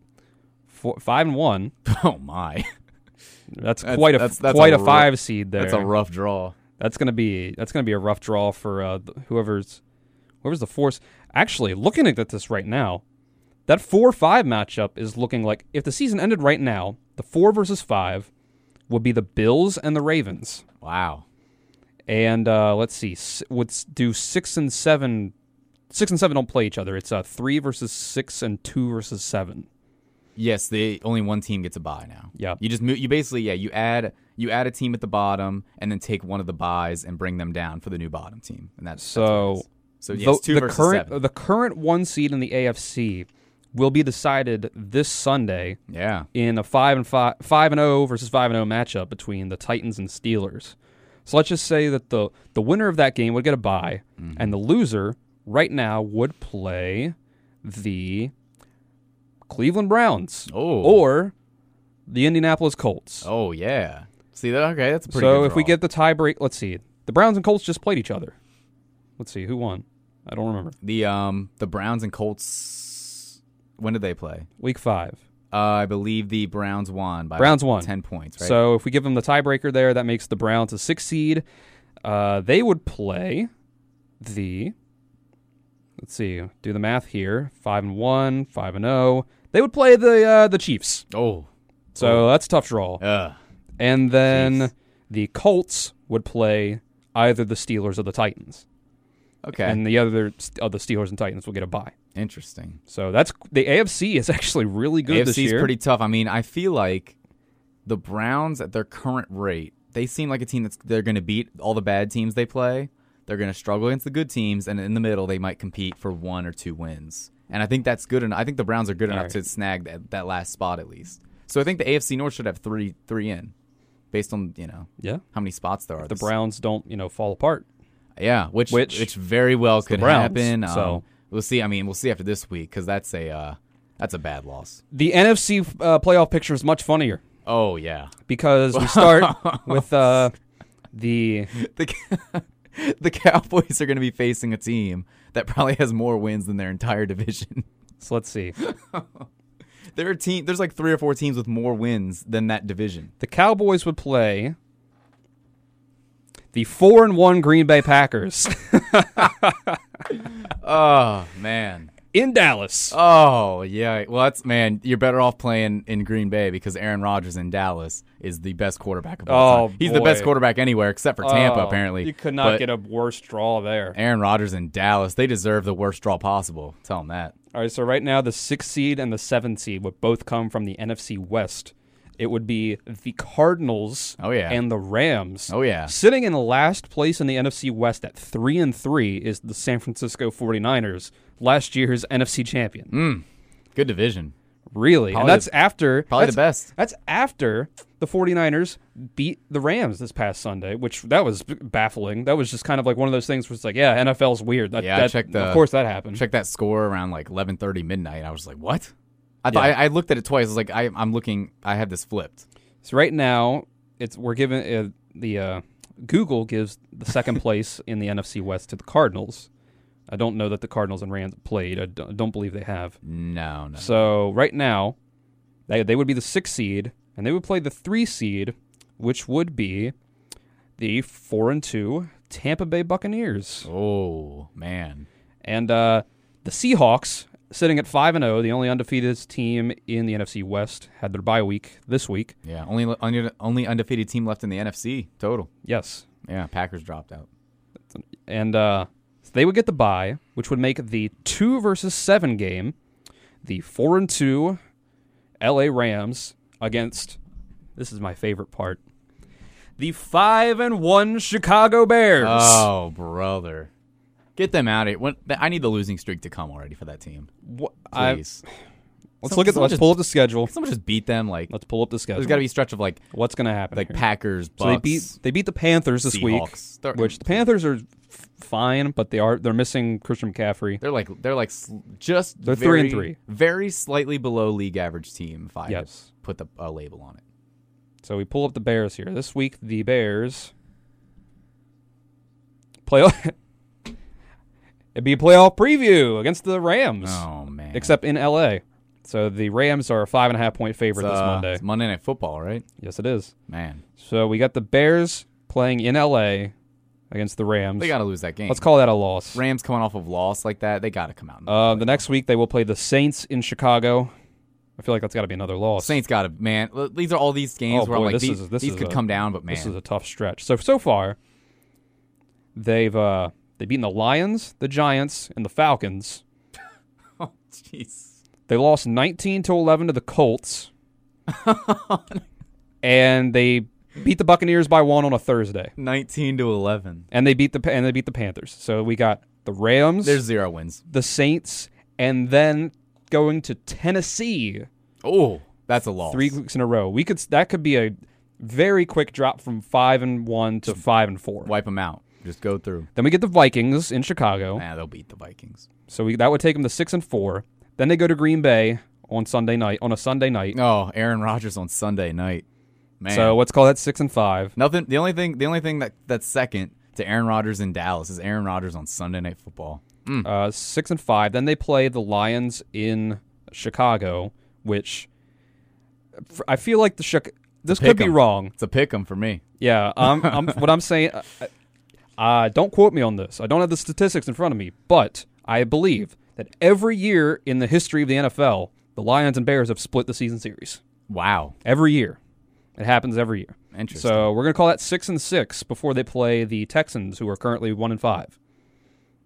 Speaker 1: four, five and one.
Speaker 2: oh my,
Speaker 1: That's,
Speaker 2: That's-
Speaker 1: quite a
Speaker 2: that's- that's
Speaker 1: quite
Speaker 2: a
Speaker 1: a,
Speaker 2: rough-
Speaker 1: five seed there.
Speaker 2: that's a rough draw.
Speaker 1: That's gonna be that's gonna be a rough draw for uh, th- whoever's whoever's the force. Actually, looking at this right now, that four five matchup is looking like if the season ended right now, the four versus five would be the Bills and the Ravens.
Speaker 2: Wow,
Speaker 1: And uh, let's see, s- would s- do six and seven. Six and seven don't play each other. It's uh, three versus six and two versus seven.
Speaker 2: Yes, the only one team gets a bye now.
Speaker 1: Yeah.
Speaker 2: You just move, you basically yeah, you add you add a team at the bottom and then take one of the buys and bring them down for the new bottom team. And that's that's what it
Speaker 1: So
Speaker 2: is. so yes, two
Speaker 1: the
Speaker 2: versus
Speaker 1: current
Speaker 2: seven.
Speaker 1: the current one seed in the AFC will be decided this Sunday
Speaker 2: yeah.
Speaker 1: in a five and five five and zero versus five and zero matchup between the Titans and Steelers. So let's just say that the the winner of that game would get a bye,
Speaker 2: Mm-hmm.
Speaker 1: and the loser right now would play the Cleveland Browns
Speaker 2: Oh.
Speaker 1: or the Indianapolis Colts.
Speaker 2: Oh yeah. See that? Okay, that's a pretty.
Speaker 1: so
Speaker 2: good
Speaker 1: if we
Speaker 2: draw.
Speaker 1: get the tie break, let's see. The Browns and Colts just played each other. Let's see who won. I don't remember.
Speaker 2: the um the Browns and Colts, when did they play?
Speaker 1: Week five.
Speaker 2: Uh, I believe the Browns won by
Speaker 1: Browns won.
Speaker 2: ten points. Right.
Speaker 1: So if we give them the tiebreaker there, that makes the Browns a six seed. Uh, they would play the. Let's see, do the math here: five and one, five and zero. They would play the uh, the Chiefs.
Speaker 2: oh.
Speaker 1: So that's a tough draw.
Speaker 2: Uh,
Speaker 1: And then
Speaker 2: jeez.
Speaker 1: the Colts would play either the Steelers or the Titans,
Speaker 2: okay.
Speaker 1: and the other of the Steelers and Titans will get a bye.
Speaker 2: Interesting.
Speaker 1: So that's the AFC is actually really good
Speaker 2: AFC's
Speaker 1: this year.
Speaker 2: pretty tough. I mean, I feel like the Browns at their current rate, they seem like a team that's they're going to beat all the bad teams they play. They're going to struggle against the good teams, and in the middle, they might compete for one or two wins. And I think that's good enough. I think the Browns are good enough
Speaker 1: right.
Speaker 2: to snag that, that last spot at least. So I think the AFC North should have three three in, based on you know
Speaker 1: yeah,
Speaker 2: how many spots there are.
Speaker 1: the
Speaker 2: This-
Speaker 1: Browns don't you know fall apart.
Speaker 2: yeah, which
Speaker 1: Which-
Speaker 2: which, very well could
Speaker 1: Browns,
Speaker 2: happen. Um,
Speaker 1: so-
Speaker 2: we'll see. I mean, we'll see after this week because that's a uh, that's a bad loss.
Speaker 1: The NFC uh, playoff picture is much funnier.
Speaker 2: Oh yeah,
Speaker 1: because we start with uh, the
Speaker 2: the Cow- the Cowboys are going to be facing a team that probably has more wins than their entire division.
Speaker 1: so let's see
Speaker 2: There are team. There's like three or four teams with more wins than that division.
Speaker 1: the Cowboys would play the four and one Green Bay Packers,
Speaker 2: Oh man,
Speaker 1: in Dallas.
Speaker 2: Oh yeah, well that's man. You're better off playing in Green Bay because Aaron Rodgers in Dallas is the best quarterback of all
Speaker 1: Oh,
Speaker 2: time. He's the
Speaker 1: boy.
Speaker 2: best quarterback anywhere except for Tampa,
Speaker 1: Oh,
Speaker 2: apparently.
Speaker 1: You could not
Speaker 2: But
Speaker 1: get a worse draw there.
Speaker 2: Aaron Rodgers in Dallas. They deserve the worst draw possible. Tell them that.
Speaker 1: All right, so right now the sixth seed and the seventh seed would both come from the NFC West. It would be the Cardinals
Speaker 2: Oh, yeah.
Speaker 1: and the Rams.
Speaker 2: Oh, yeah.
Speaker 1: Sitting in last place in the NFC West at 3 and 3 is the San Francisco 49ers, last year's NFC champion.
Speaker 2: Good division.
Speaker 1: Really? and
Speaker 2: Probably
Speaker 1: that's after
Speaker 2: Probably
Speaker 1: that's,
Speaker 2: the best.
Speaker 1: That's after the 49ers beat the Rams this past Sunday, which that was b- baffling. That was just kind of like one of those things where it's like, yeah, NFL's weird. That,
Speaker 2: Yeah, I
Speaker 1: that-
Speaker 2: checked the-
Speaker 1: Of course that happened.
Speaker 2: Check that score around like 11:30 midnight. I was like, what? I thought I, I looked at it twice. I was like, I, I'm looking. I have this flipped.
Speaker 1: So right now, it's we're giving uh, the uh, Google gives the second place in the NFC West to the Cardinals. I don't know that the Cardinals and Rams played. I don't, don't believe they have.
Speaker 2: No, no.
Speaker 1: So right now, they they would be the sixth seed, and they would play the three seed, which would be the four and two Tampa Bay Buccaneers
Speaker 2: Oh man.
Speaker 1: and uh, the Seahawks. Sitting at five and zero, the only undefeated team in the NFC West had their bye week this week.
Speaker 2: Yeah. Only only only undefeated team left in the NFC total.
Speaker 1: Yes,
Speaker 2: Yeah. Packers dropped out.
Speaker 1: and uh, so they would get the bye, which would make the two versus seven game the four and two L.A. Rams against. This is my favorite part. The five and one Chicago Bears.
Speaker 2: Oh, brother. Get them out of here. When, I need the losing streak to come already for that team.
Speaker 1: Wha- I-
Speaker 2: Please.
Speaker 1: let's
Speaker 2: Some-
Speaker 1: look at.
Speaker 2: someone
Speaker 1: Let's
Speaker 2: just-
Speaker 1: pull up the schedule.
Speaker 2: Someone just beat them. Like
Speaker 1: Let's pull up the schedule.
Speaker 2: there's got to be a stretch of like
Speaker 1: What's going to happen?
Speaker 2: like
Speaker 1: here.
Speaker 2: Packers, Bucks.
Speaker 1: so they beat they beat the Panthers this
Speaker 2: Seahawks. They're-
Speaker 1: week, which the Panthers are f- fine, but they are they're missing Christian McCaffree.
Speaker 2: They're like they're like sl- just
Speaker 1: They're three
Speaker 2: very,
Speaker 1: and three.
Speaker 2: very slightly below league average team. If I had to
Speaker 1: Yes.
Speaker 2: put the a label on it.
Speaker 1: So we pull up the Bears here. This week, the Bears playoff. It'd be a playoff preview against the Rams,
Speaker 2: Oh man.
Speaker 1: except in LA. So the Rams are a five and a half point
Speaker 2: it's,
Speaker 1: favorite this
Speaker 2: uh,
Speaker 1: Monday.
Speaker 2: it's Monday Night Football, right?
Speaker 1: Yes, it is.
Speaker 2: Man,
Speaker 1: So we got the Bears playing in LA against the Rams.
Speaker 2: they got to lose that game.
Speaker 1: Let's call that a loss.
Speaker 2: Rams coming off of loss like that. They got to come out. and-
Speaker 1: Uh, the next week they will play the Saints in Chicago. I feel like that's got to be another loss.
Speaker 2: Saints got to man. l- These are all these games
Speaker 1: Oh,
Speaker 2: where I'm
Speaker 1: boy,
Speaker 2: like
Speaker 1: this
Speaker 2: these,
Speaker 1: is- this
Speaker 2: these
Speaker 1: is
Speaker 2: could
Speaker 1: a-
Speaker 2: come down, but man,
Speaker 1: This is a tough stretch. So so far, they've uh, they've beaten the Lions, the Giants, and the Falcons.
Speaker 2: oh jeez.
Speaker 1: They lost 19 to 11 to the Colts, and they beat the Buccaneers by one on a Thursday,
Speaker 2: 19 to 11.
Speaker 1: and they beat the and they beat the Panthers. So we got the Rams,
Speaker 2: There's zero wins.
Speaker 1: the Saints, and then going to Tennessee
Speaker 2: Oh, that's a loss.
Speaker 1: three weeks in a row. We could that could be a very quick drop from five and one to five and four.
Speaker 2: Wipe them out. Just go through.
Speaker 1: Then we get the Vikings in Chicago.
Speaker 2: Nah, they'll beat the Vikings.
Speaker 1: So we, that would take them to six and four. Then they go to Green Bay on Sunday night on a Sunday night.
Speaker 2: Oh, Aaron Rodgers on Sunday night. Man.
Speaker 1: So let's call that six and five.
Speaker 2: nothing the only thing the only thing that that's second to Aaron Rodgers in Dallas is Aaron Rodgers on Sunday night football.
Speaker 1: Uh, six and five. Then they play the Lions in Chicago, which f- I feel like the Chic- this
Speaker 2: pick
Speaker 1: could be
Speaker 2: 'em.
Speaker 1: wrong.
Speaker 2: It's a pick 'em for me.
Speaker 1: Yeah, I'm, I'm what I'm saying. Uh, uh, don't quote me on this. I don't have the statistics in front of me, but I believe that every year in the history of the NFL, the Lions and Bears have split the season series.
Speaker 2: Wow.
Speaker 1: every year. It happens every year.
Speaker 2: Interesting.
Speaker 1: So we're gonna call that six and six before they play the Texans, who are currently one and five.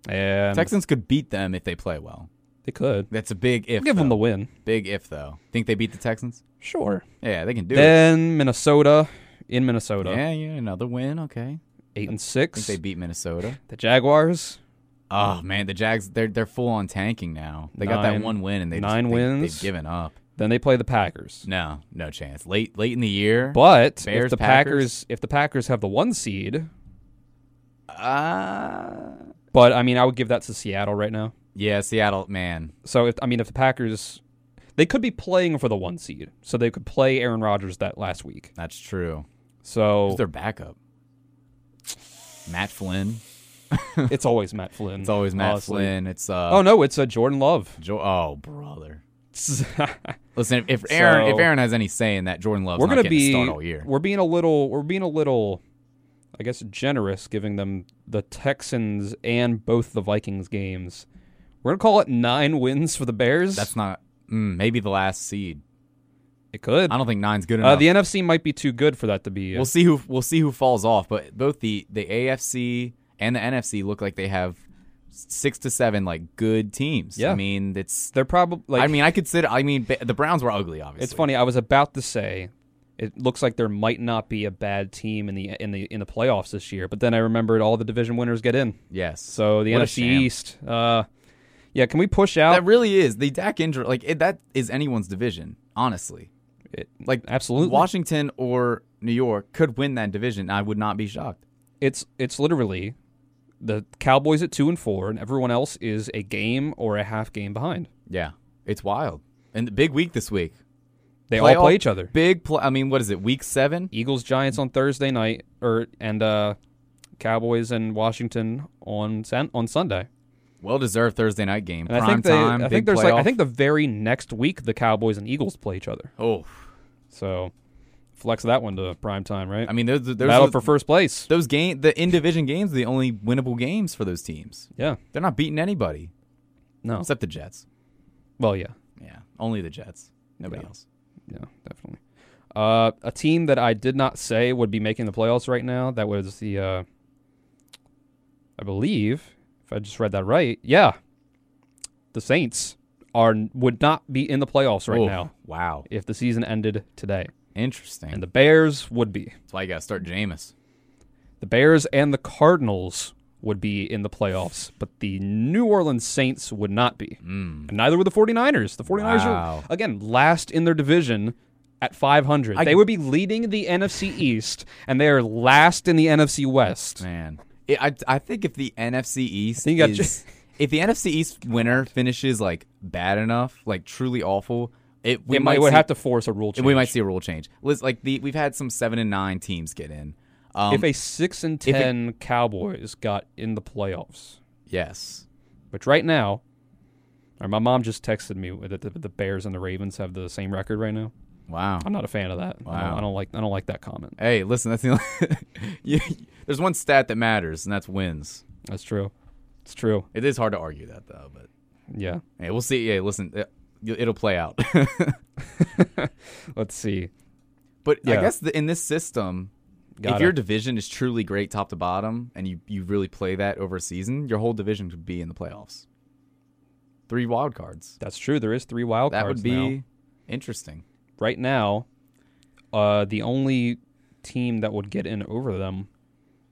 Speaker 1: And
Speaker 2: Texans could beat them if they play well.
Speaker 1: they could
Speaker 2: That's a big if.
Speaker 1: give them the
Speaker 2: though.
Speaker 1: win.
Speaker 2: big if though. Think they beat the Texans?
Speaker 1: Sure.
Speaker 2: Yeah, they can do it.
Speaker 1: Then Minnesota in Minnesota,
Speaker 2: Yeah, yeah, another win. Okay.
Speaker 1: eight and
Speaker 2: Think
Speaker 1: six.
Speaker 2: they beat Minnesota.
Speaker 1: the Jaguars,
Speaker 2: Oh man, the Jags they're they're full on tanking now. They got that
Speaker 1: Nine-
Speaker 2: one win and they just-
Speaker 1: nine
Speaker 2: they-
Speaker 1: wins.
Speaker 2: They've given up.
Speaker 1: then they play the Packers.
Speaker 2: No, no chance. Late late in the year.
Speaker 1: But if
Speaker 2: Bears,
Speaker 1: the
Speaker 2: Packers?
Speaker 1: Packers, if the Packers have the one seed,
Speaker 2: uh,
Speaker 1: but I mean, I would give that to Seattle right now.
Speaker 2: yeah, Seattle man.
Speaker 1: So if I mean, if the Packers, they could be playing for the one seed, so they could play Aaron Rodgers that last week.
Speaker 2: That's true.
Speaker 1: So
Speaker 2: Who's their backup? Matt Flynn.
Speaker 1: It's always Matt Flynn.
Speaker 2: It's always Matt
Speaker 1: honestly.
Speaker 2: Flynn. It's uh
Speaker 1: Oh no, it's uh, Jordan Love.
Speaker 2: Jo- oh brother. Listen, if, if Aaron
Speaker 1: So-
Speaker 2: if Aaron has any say in that, Jordan Love's
Speaker 1: we're
Speaker 2: not
Speaker 1: gonna
Speaker 2: getting
Speaker 1: be
Speaker 2: a start all year.
Speaker 1: we're being a little we're being a little I guess generous giving them the Texans and both the Vikings games. We're gonna call it nine wins for the Bears.
Speaker 2: That's not mm, maybe the last seed.
Speaker 1: it could.
Speaker 2: I don't think nine's good enough.
Speaker 1: Uh, the NFC might be too good for that to be. uh,
Speaker 2: We'll see who we'll see who falls off. But both the the AFC and the NFC look like they have six to seven like good teams.
Speaker 1: Yeah.
Speaker 2: I mean it's.
Speaker 1: they're probably. Like,
Speaker 2: I mean I consider. I mean ba- the Browns were ugly. Obviously,
Speaker 1: It's funny. I was about to say it looks like there might not be a bad team in the in the in the playoffs this year, but then I remembered all the division winners get in.
Speaker 2: Yes.
Speaker 1: So the
Speaker 2: What a
Speaker 1: NFC
Speaker 2: sham.
Speaker 1: East. Uh, yeah, can we push out?
Speaker 2: that really is the Dak injury. Like it, that is anyone's division. Honestly,
Speaker 1: It-
Speaker 2: like
Speaker 1: absolutely.
Speaker 2: Washington or New York could win that division. and I would not be shocked.
Speaker 1: it's it's literally the Cowboys at two and four, and everyone else is a game or a half game behind.
Speaker 2: Yeah, it's wild. And the big week this week.
Speaker 1: They
Speaker 2: Playoff-
Speaker 1: all play each other.
Speaker 2: Big play. I mean, what is it? Week seven.
Speaker 1: Eagles Giants on Thursday night, or and uh, Cowboys and Washington on San- on Sunday.
Speaker 2: Well deserved Thursday night game.
Speaker 1: And
Speaker 2: Prime
Speaker 1: I think they,
Speaker 2: time.
Speaker 1: I
Speaker 2: big
Speaker 1: think there's like I
Speaker 2: playoff.
Speaker 1: think the very next week the Cowboys and Eagles play each other.
Speaker 2: Oh,
Speaker 1: So flex that one to prime time, right?
Speaker 2: I mean, those those,
Speaker 1: Battle
Speaker 2: those,
Speaker 1: for first place.
Speaker 2: those game the in division games are the only winnable games for those teams.
Speaker 1: Yeah.
Speaker 2: They're not beating anybody
Speaker 1: No.
Speaker 2: except the Jets.
Speaker 1: Well, yeah.
Speaker 2: Yeah, only the Jets. Nobody
Speaker 1: Yeah.
Speaker 2: else.
Speaker 1: Yeah, definitely. Uh, a team that I did not say would be making the playoffs right now. That was the, uh, I believe, if I just read that right, yeah, the Saints are would not be in the playoffs right
Speaker 2: Oh,
Speaker 1: now
Speaker 2: Wow,
Speaker 1: if the season ended today,
Speaker 2: interesting.
Speaker 1: and the Bears would be.
Speaker 2: That's why you got to start Jameis.
Speaker 1: The Bears and the Cardinals would be in the playoffs, but the New Orleans Saints would not be. And neither were the 49ers. The 49ers
Speaker 2: Mm. Wow.
Speaker 1: are, again, last in their division at 500.
Speaker 2: I-
Speaker 1: they would be leading the NFC East, and they are last in the NFC West.
Speaker 2: Man, it, I I think if the NFC East
Speaker 1: think you got
Speaker 2: is, if the NFC East winner finishes like bad enough, like truly awful, it we
Speaker 1: They might would
Speaker 2: see,
Speaker 1: have to force a rule change.
Speaker 2: we might see a rule change. Liz, like the we've had some seven and nine teams get in. Um,
Speaker 1: if a 6 and
Speaker 2: it-
Speaker 1: 10 Cowboys got in the playoffs,
Speaker 2: yes,
Speaker 1: which right now, or my mom just texted me that the, the Bears and the Ravens have the same record right now.
Speaker 2: wow.
Speaker 1: I'm not a fan of that. I, don't,
Speaker 2: Wow.
Speaker 1: I don't like I don't like that comment.
Speaker 2: Hey, listen, that's the you, there's one stat that matters, and that's wins.
Speaker 1: That's true. It's true.
Speaker 2: It is hard to argue that though, but
Speaker 1: Yeah.
Speaker 2: hey, we'll see. Yeah, listen, it, it'll play out.
Speaker 1: Let's see.
Speaker 2: but I
Speaker 1: Yeah.
Speaker 2: guess the, in this system, if
Speaker 1: Gotta-
Speaker 2: your division is truly great top to bottom, and you you really play that over a season, your whole division could be in the playoffs. Three wild cards.
Speaker 1: That's true. There is three wild
Speaker 2: That
Speaker 1: cards
Speaker 2: would be
Speaker 1: now.
Speaker 2: interesting.
Speaker 1: Right now, uh, the only team that would get in over them.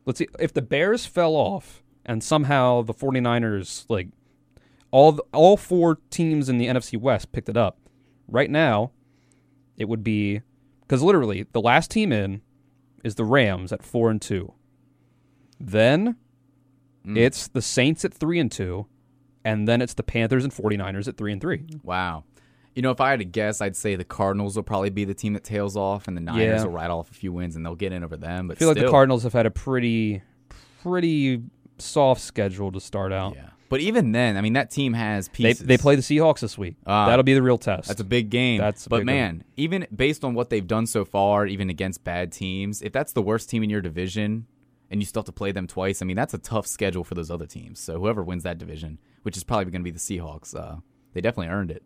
Speaker 1: Let's see. If the Bears fell off and somehow the 49ers, like all the, all four teams in the NFC West picked it up, right now, it would be because literally the last team in is the Rams at four and two. Then it's the Saints at three and two, and then it's the Panthers and 49ers at three and three.
Speaker 2: Wow. You know, if I had to guess, I'd say the Cardinals will probably be the team that tails off, and the Niners
Speaker 1: Yeah.
Speaker 2: will rattle off a few wins, and they'll get in over them.
Speaker 1: I
Speaker 2: But
Speaker 1: feel like the
Speaker 2: still.
Speaker 1: Cardinals have had a pretty, pretty soft schedule to start out.
Speaker 2: Yeah. But even then, I mean, that team has
Speaker 1: They,
Speaker 2: pieces.
Speaker 1: they play the Seahawks this week.
Speaker 2: Ah.
Speaker 1: That'll be the real test.
Speaker 2: That's a big game.
Speaker 1: That's a
Speaker 2: but
Speaker 1: big one.
Speaker 2: man, even based on what they've done so far, even against bad teams, if that's the worst team in your division and you still have to play them twice, I mean, that's a tough schedule for those other teams. So whoever wins that division, which is probably going to be the Seahawks, uh, they definitely earned it.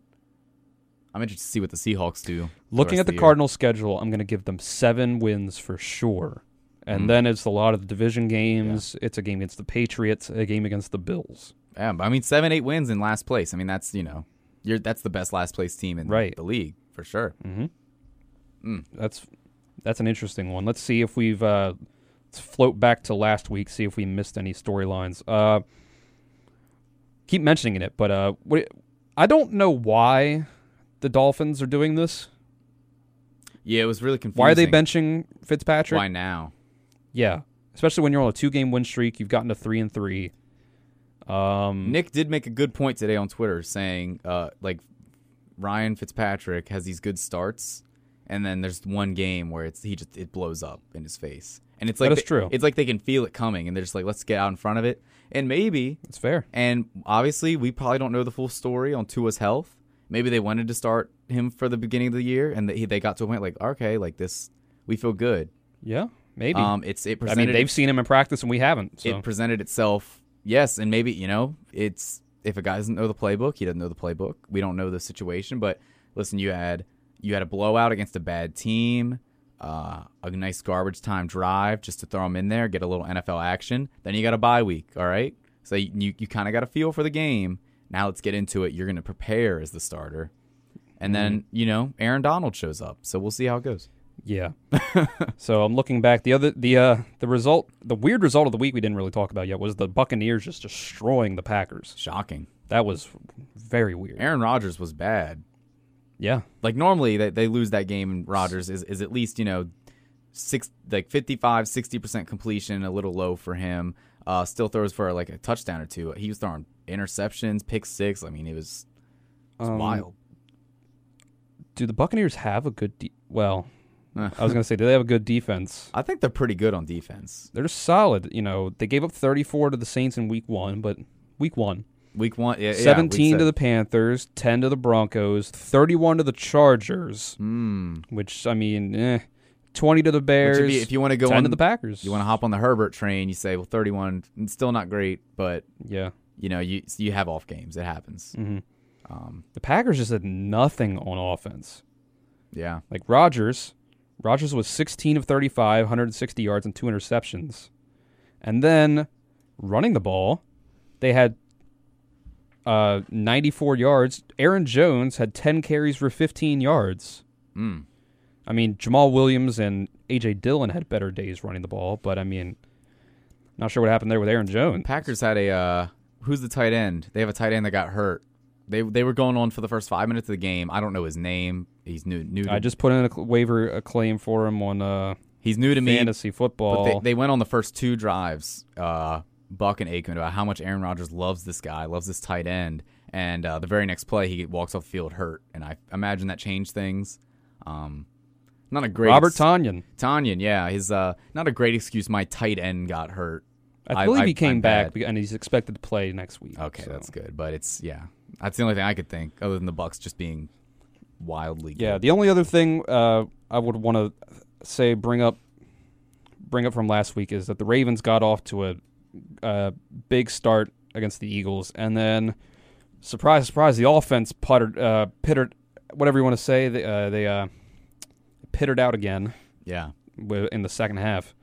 Speaker 2: I'm interested to see what the Seahawks do.
Speaker 1: Looking
Speaker 2: rest
Speaker 1: at
Speaker 2: of
Speaker 1: the
Speaker 2: year.
Speaker 1: Cardinals' schedule, I'm going to give them seven wins for sure.
Speaker 2: Mm-hmm.
Speaker 1: And then it's a lot of the division games. It's a game against the Patriots, a game against the Bills.
Speaker 2: Yeah, but I mean, seven, eight wins in last place. I mean, that's you know, you're that's the best last place team in
Speaker 1: Right.
Speaker 2: the league for sure. Hmm.
Speaker 1: That's that's an interesting one. Let's see if we've uh, let's float back to last week. See if we missed any storylines. Uh, keep mentioning it, but uh, what, I don't know why the Dolphins are doing this.
Speaker 2: Yeah, it was really confusing.
Speaker 1: Why are they benching Fitzpatrick?
Speaker 2: Why now?
Speaker 1: Yeah, especially when you're on a two-game win streak. You've gotten to three and three. Um,
Speaker 2: Nick did make a good point today on Twitter saying, uh, like, Ryan Fitzpatrick has these good starts, and then there's one game where it's he just it blows up in his face, and it's like
Speaker 1: That is
Speaker 2: they-
Speaker 1: true.
Speaker 2: It's like they can feel it coming, and they're just like, let's get out in front of it, and maybe,
Speaker 1: it's fair.
Speaker 2: and obviously we probably don't know the full story on Tua's health. Maybe they wanted to start him for the beginning of the year, and they, they got to a point like, okay, like this, we feel good.
Speaker 1: Yeah, maybe.
Speaker 2: Um, it's it
Speaker 1: I
Speaker 2: presented
Speaker 1: mean, they've seen him in practice and we haven't. So
Speaker 2: it presented itself. Yes, and maybe you know it's if a guy doesn't know the playbook, he doesn't know the playbook. We don't know the situation, but listen, you had you had a blowout against a bad team, uh, a nice garbage time drive just to throw him in there, get a little NFL action. Then you got a bye week, all right? So you you kind of got a feel for the game. Now let's get into it. You're going to prepare as the starter. And then, you know, Aaron Donald shows up. So we'll see how it goes.
Speaker 1: Yeah. so I'm looking back. The other the uh the result the weird result of the week we didn't really talk about yet was the Buccaneers just destroying the Packers.
Speaker 2: Shocking.
Speaker 1: That was very weird.
Speaker 2: Aaron Rodgers was bad.
Speaker 1: Yeah.
Speaker 2: Like normally they, they lose that game and Rodgers is, is at least, you know, six like 55, 60% completion, a little low for him. Uh, still throws for like a touchdown or two. He was throwing interceptions, pick six. I mean, it was, it was
Speaker 1: Um,
Speaker 2: wild.
Speaker 1: Do the Buccaneers have a good de- well,
Speaker 2: Uh.
Speaker 1: I was going to say do they have a good defense?
Speaker 2: I think they're pretty good on defense.
Speaker 1: They're just solid, you know. They gave up 34 to the Saints in week 1, but week 1.
Speaker 2: Week one, yeah, yeah, week
Speaker 1: 17 to
Speaker 2: seven.
Speaker 1: the Panthers, 10 to the Broncos, 31 to the Chargers,
Speaker 2: Mm.
Speaker 1: which I mean, eh, 20 to the
Speaker 2: Which
Speaker 1: Bears.
Speaker 2: if you, if you want to go
Speaker 1: 10
Speaker 2: on
Speaker 1: to the Packers.
Speaker 2: you want to hop on the Herbert train, you say, well, 31, it's still not great, but
Speaker 1: yeah.
Speaker 2: you know, you you have off games. It happens.
Speaker 1: hmm
Speaker 2: Um,
Speaker 1: The Packers just had nothing on offense.
Speaker 2: yeah,
Speaker 1: Like Rodgers, Rodgers was 16 of 35, 160 yards and two interceptions. And then running the ball, they had uh, 94 yards. Aaron Jones had 10 carries for 15 yards.
Speaker 2: mm.
Speaker 1: I mean, Jamal Williams and AJ Dillon had better days running the ball, but I mean, not sure what happened there with Aaron Jones.
Speaker 2: Packers had a uh, who's the tight end? They have a tight end that got hurt. They they were going on for the first five minutes of the game. I don't know his name. He's new new. To,
Speaker 1: I just put in a cl- waiver a claim for him on uh,
Speaker 2: he's new to me.
Speaker 1: fantasy football.
Speaker 2: But they, they went on the first two drives, uh, Buck and Aikman, about how much Aaron Rodgers loves this guy, loves this tight end. And uh, the very next play, he walks off the field hurt. And I imagine that changed things. Um, not a great
Speaker 1: Robert
Speaker 2: ex-
Speaker 1: Tanyan.
Speaker 2: Tanyan, yeah, his uh, not a great excuse. My tight end got hurt.
Speaker 1: I
Speaker 2: I-
Speaker 1: believe
Speaker 2: I-
Speaker 1: he came
Speaker 2: I'm
Speaker 1: back
Speaker 2: bad.
Speaker 1: beca- and he's expected to play next week.
Speaker 2: Okay,
Speaker 1: so.
Speaker 2: that's good, but it's yeah, that's the only thing I could think other than the Bucks just being wildly
Speaker 1: Yeah,
Speaker 2: good.
Speaker 1: the only other thing uh, I would want to say bring up bring up from last week is that the Ravens got off to a, a big start against the Eagles, and then surprise, surprise, the offense puttered, uh, pittered, whatever you want to say, they uh, they uh, pittered out again
Speaker 2: yeah,
Speaker 1: wi- in the second half.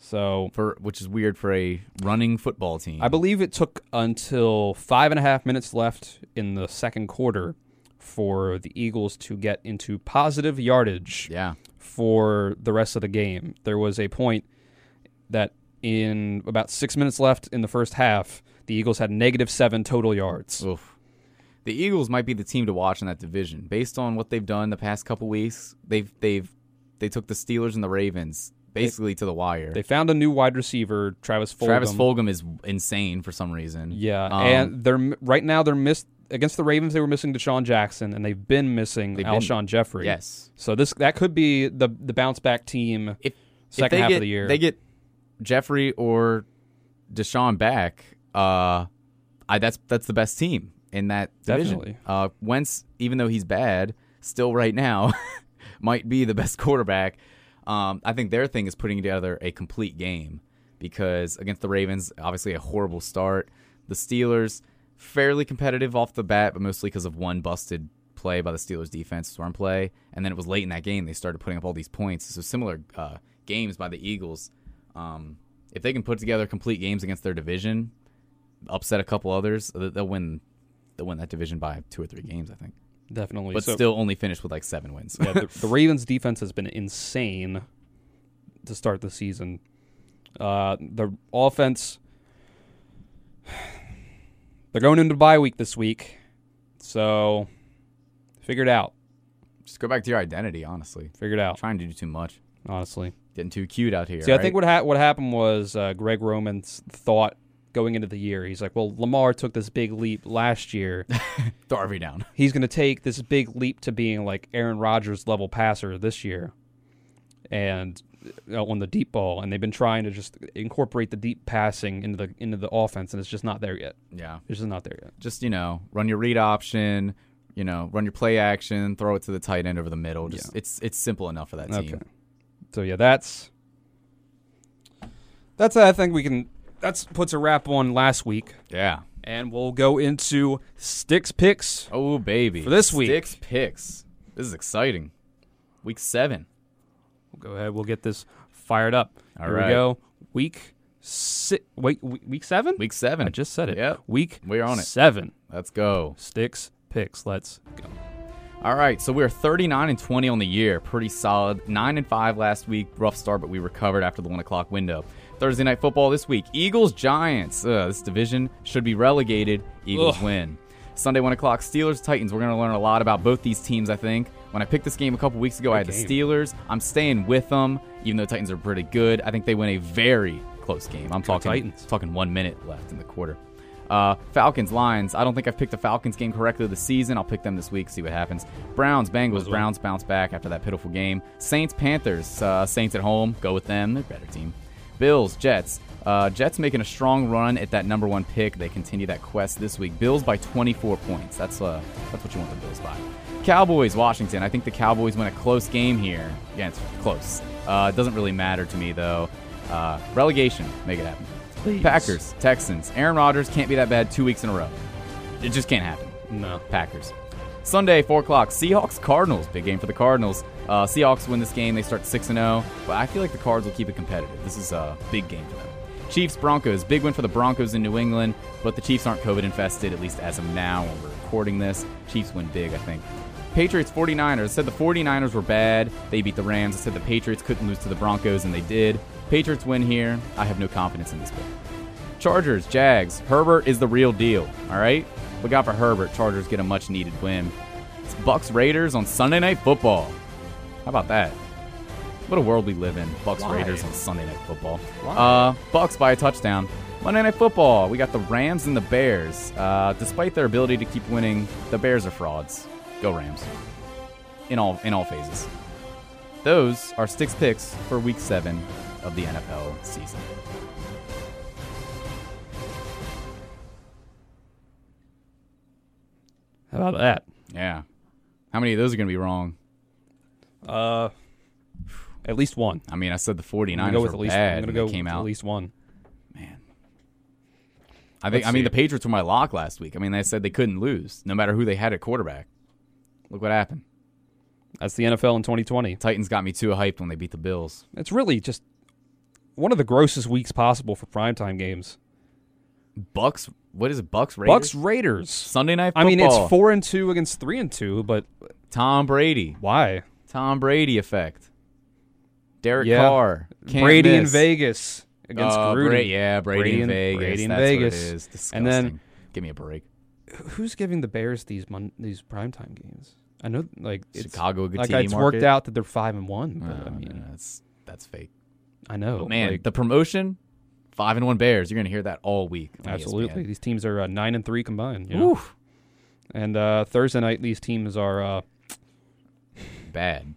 Speaker 1: So
Speaker 2: for which is weird for a running football team.
Speaker 1: I believe it took until five and a half minutes left in the second quarter for the Eagles to get into positive yardage
Speaker 2: yeah,
Speaker 1: for the rest of the game. There was a point that in about six minutes left in the first half, the Eagles had negative seven total yards.
Speaker 2: Oof. The Eagles might be the team to watch in that division based on what they've done the past couple weeks. They've they've they took the Steelers and the Ravens basically to the wire.
Speaker 1: They found a new wide receiver, Travis Fulgham.
Speaker 2: Travis Fulgham is insane for some reason.
Speaker 1: Yeah,
Speaker 2: Um,
Speaker 1: and they're right now they're missed against the Ravens. They were missing Deshaun Jackson, and they've been missing
Speaker 2: They've been-
Speaker 1: Alshon Jeffrey.
Speaker 2: yes.
Speaker 1: So this that could be the the bounce back team
Speaker 2: If- if
Speaker 1: second
Speaker 2: they
Speaker 1: half
Speaker 2: get,
Speaker 1: of the year.
Speaker 2: they get Jeffrey or Deshaun back. Uh, I that's that's the best team in that division.
Speaker 1: Definitely.
Speaker 2: Uh, Wentz, even though he's bad, still right now might be the best quarterback. Um, I think their thing is putting together a complete game because against the Ravens, obviously a horrible start. The Steelers, fairly competitive off the bat, but mostly because of one busted play by the Steelers defense, storm play. And then it was late in that game, they started putting up all these points. So similar uh, games by the Eagles. Um, if they can put together complete games against their division, upset a couple others, th- they'll win. They'll win that division by two or three games, I think.
Speaker 1: definitely,
Speaker 2: But
Speaker 1: So-
Speaker 2: still, only finish with like seven wins.
Speaker 1: yeah, the, the Ravens defense has been insane to start the season. Uh, the offense, they're going into bye week this week, so figure it out.
Speaker 2: Just go back to your identity, honestly.
Speaker 1: Figure it out.
Speaker 2: Trying to do too much,
Speaker 1: Honestly,
Speaker 2: getting too cute out here.
Speaker 1: see, I
Speaker 2: right?
Speaker 1: think what ha- what happened was uh, Greg Roman's thought going into the year. He's like, well, Lamar took this big leap last year.
Speaker 2: Darby down.
Speaker 1: he's going to take this big leap to being like Aaron Rodgers level passer this year, and uh, on the deep ball. And they've been trying to just incorporate the deep passing into the into the offense, and it's just not there yet.
Speaker 2: Yeah,
Speaker 1: It's just not there yet.
Speaker 2: just you know, run your read option. You know, run your play action. Throw it to the tight end over the middle. Just it's it's simple enough for that team.
Speaker 1: Okay. So yeah, that's that's I think we can. That's puts a wrap on last week,
Speaker 2: Yeah,
Speaker 1: And we'll go into sticks picks.
Speaker 2: Oh baby,
Speaker 1: For this week.
Speaker 2: six picks. This is exciting. Week seven.
Speaker 1: We'll go ahead. We'll get this fired up.
Speaker 2: All
Speaker 1: Here
Speaker 2: right.
Speaker 1: we go. Week six. Wait, we- week seven.
Speaker 2: Week seven.
Speaker 1: I just said it.
Speaker 2: Yep.
Speaker 1: Week.
Speaker 2: We're on it.
Speaker 1: Seven
Speaker 2: Let's go.
Speaker 1: sticks picks. Let's go.
Speaker 2: All right, so we are 39 and 20 on the year, pretty solid. Nine and five last week, rough start, but we recovered after the one o'clock window. Thursday night football this week, Eagles Giants. Uh, this division should be relegated. Eagles
Speaker 1: Ugh.
Speaker 2: win. Sunday one o'clock, Steelers Titans. We're going to learn a lot about both these teams, I think. When I picked this game a couple weeks ago, I had
Speaker 1: game.
Speaker 2: the Steelers. I'm staying with them, even though Titans are pretty good. I think they win a very close game. I'm talking
Speaker 1: Titans.
Speaker 2: talking one minute left in the quarter. Uh, Falcons, Lions. I don't think I've picked the Falcons game correctly this season. I'll pick them this week, see what happens. Browns, Bengals. Browns bounce back after that pitiful game. Saints, Panthers. Uh, Saints at home. Go with them. They're a better team. Bills, Jets. Uh, Jets making a strong run at that number one pick. They continue that quest this week. Bills by 24 points. That's uh, that's what you want the Bills by. Cowboys, Washington. I think the Cowboys win a close game here. Yeah, it's close. Uh, it doesn't really matter to me though. Uh, relegation, make it happen. Packers, Texans. Aaron Rodgers can't be that bad two weeks in a row. It just can't happen.
Speaker 1: No.
Speaker 2: Packers. Sunday, 4 o'clock, Seahawks Cardinals. Big game for the Cardinals. Uh, Seahawks win this game. They start 6 0. But I feel like the Cards will keep it competitive. This is a big game for them. Chiefs Broncos. Big win for the Broncos in New England. But the Chiefs aren't COVID infested, at least as of now when we're recording this. Chiefs win big, I think. Patriots 49ers. I said the 49ers were bad. They beat the Rams. I said the Patriots couldn't lose to the Broncos, and they did. Patriots win here. I have no confidence in this pick. Chargers, Jags. Herbert is the real deal. All right, look out for Herbert. Chargers get a much needed win. It's Bucks Raiders on Sunday Night Football. How about that? What a world we live in. Bucks
Speaker 1: Why?
Speaker 2: Raiders on Sunday Night Football.
Speaker 1: Why?
Speaker 2: Uh, Bucks by a touchdown. Monday Night Football. We got the Rams and the Bears. Uh, despite their ability to keep winning, the Bears are frauds. Go Rams. In all in all phases. Those are six picks for Week Seven of the NFL season.
Speaker 1: How about that?
Speaker 2: Yeah. How many of those are going to be wrong?
Speaker 1: Uh, at least one.
Speaker 2: I mean, I said the
Speaker 1: I'm
Speaker 2: 49ers
Speaker 1: gonna go
Speaker 2: were
Speaker 1: with at least.
Speaker 2: bad
Speaker 1: I'm gonna
Speaker 2: when
Speaker 1: go
Speaker 2: they came
Speaker 1: with
Speaker 2: out.
Speaker 1: at least one.
Speaker 2: Man. I think
Speaker 1: Let's
Speaker 2: I mean
Speaker 1: see.
Speaker 2: the Patriots were my lock last week. I mean, they said they couldn't lose no matter who they had at quarterback. Look what happened.
Speaker 1: That's the NFL in 2020.
Speaker 2: Titans got me too hyped when they beat the Bills.
Speaker 1: It's really just one of the grossest weeks possible for primetime games.
Speaker 2: Bucks, what is it? Bucks Raiders.
Speaker 1: Bucks Raiders.
Speaker 2: Sunday night
Speaker 1: I
Speaker 2: football.
Speaker 1: mean, it's four and two against three and two, but
Speaker 2: Tom Brady.
Speaker 1: why?
Speaker 2: Tom Brady effect. Derek
Speaker 1: Yeah.
Speaker 2: Carr. Can't
Speaker 1: Brady
Speaker 2: miss.
Speaker 1: and Vegas against
Speaker 2: Uh,
Speaker 1: Gruden.
Speaker 2: Bra- yeah, Brady,
Speaker 1: Brady
Speaker 2: and
Speaker 1: and-
Speaker 2: Vegas.
Speaker 1: Brady and
Speaker 2: That's
Speaker 1: Vegas.
Speaker 2: What it is. Disgusting.
Speaker 1: And then-
Speaker 2: give me a break.
Speaker 1: Who's giving the Bears these mon- these primetime games? I know, like it's,
Speaker 2: Chicago, a good
Speaker 1: like
Speaker 2: TV
Speaker 1: it's
Speaker 2: market.
Speaker 1: worked out that they're five and one. But,
Speaker 2: No,
Speaker 1: I
Speaker 2: no,
Speaker 1: mean,
Speaker 2: no, that's that's fake.
Speaker 1: I know,
Speaker 2: But man,
Speaker 1: Oh, like,
Speaker 2: the promotion, five and one Bears. You're gonna hear that all week. on E
Speaker 1: absolutely.
Speaker 2: ESPN.
Speaker 1: These teams are uh, nine and three combined. You know?
Speaker 2: Oof.
Speaker 1: And uh, Thursday night, these teams are uh,
Speaker 2: bad.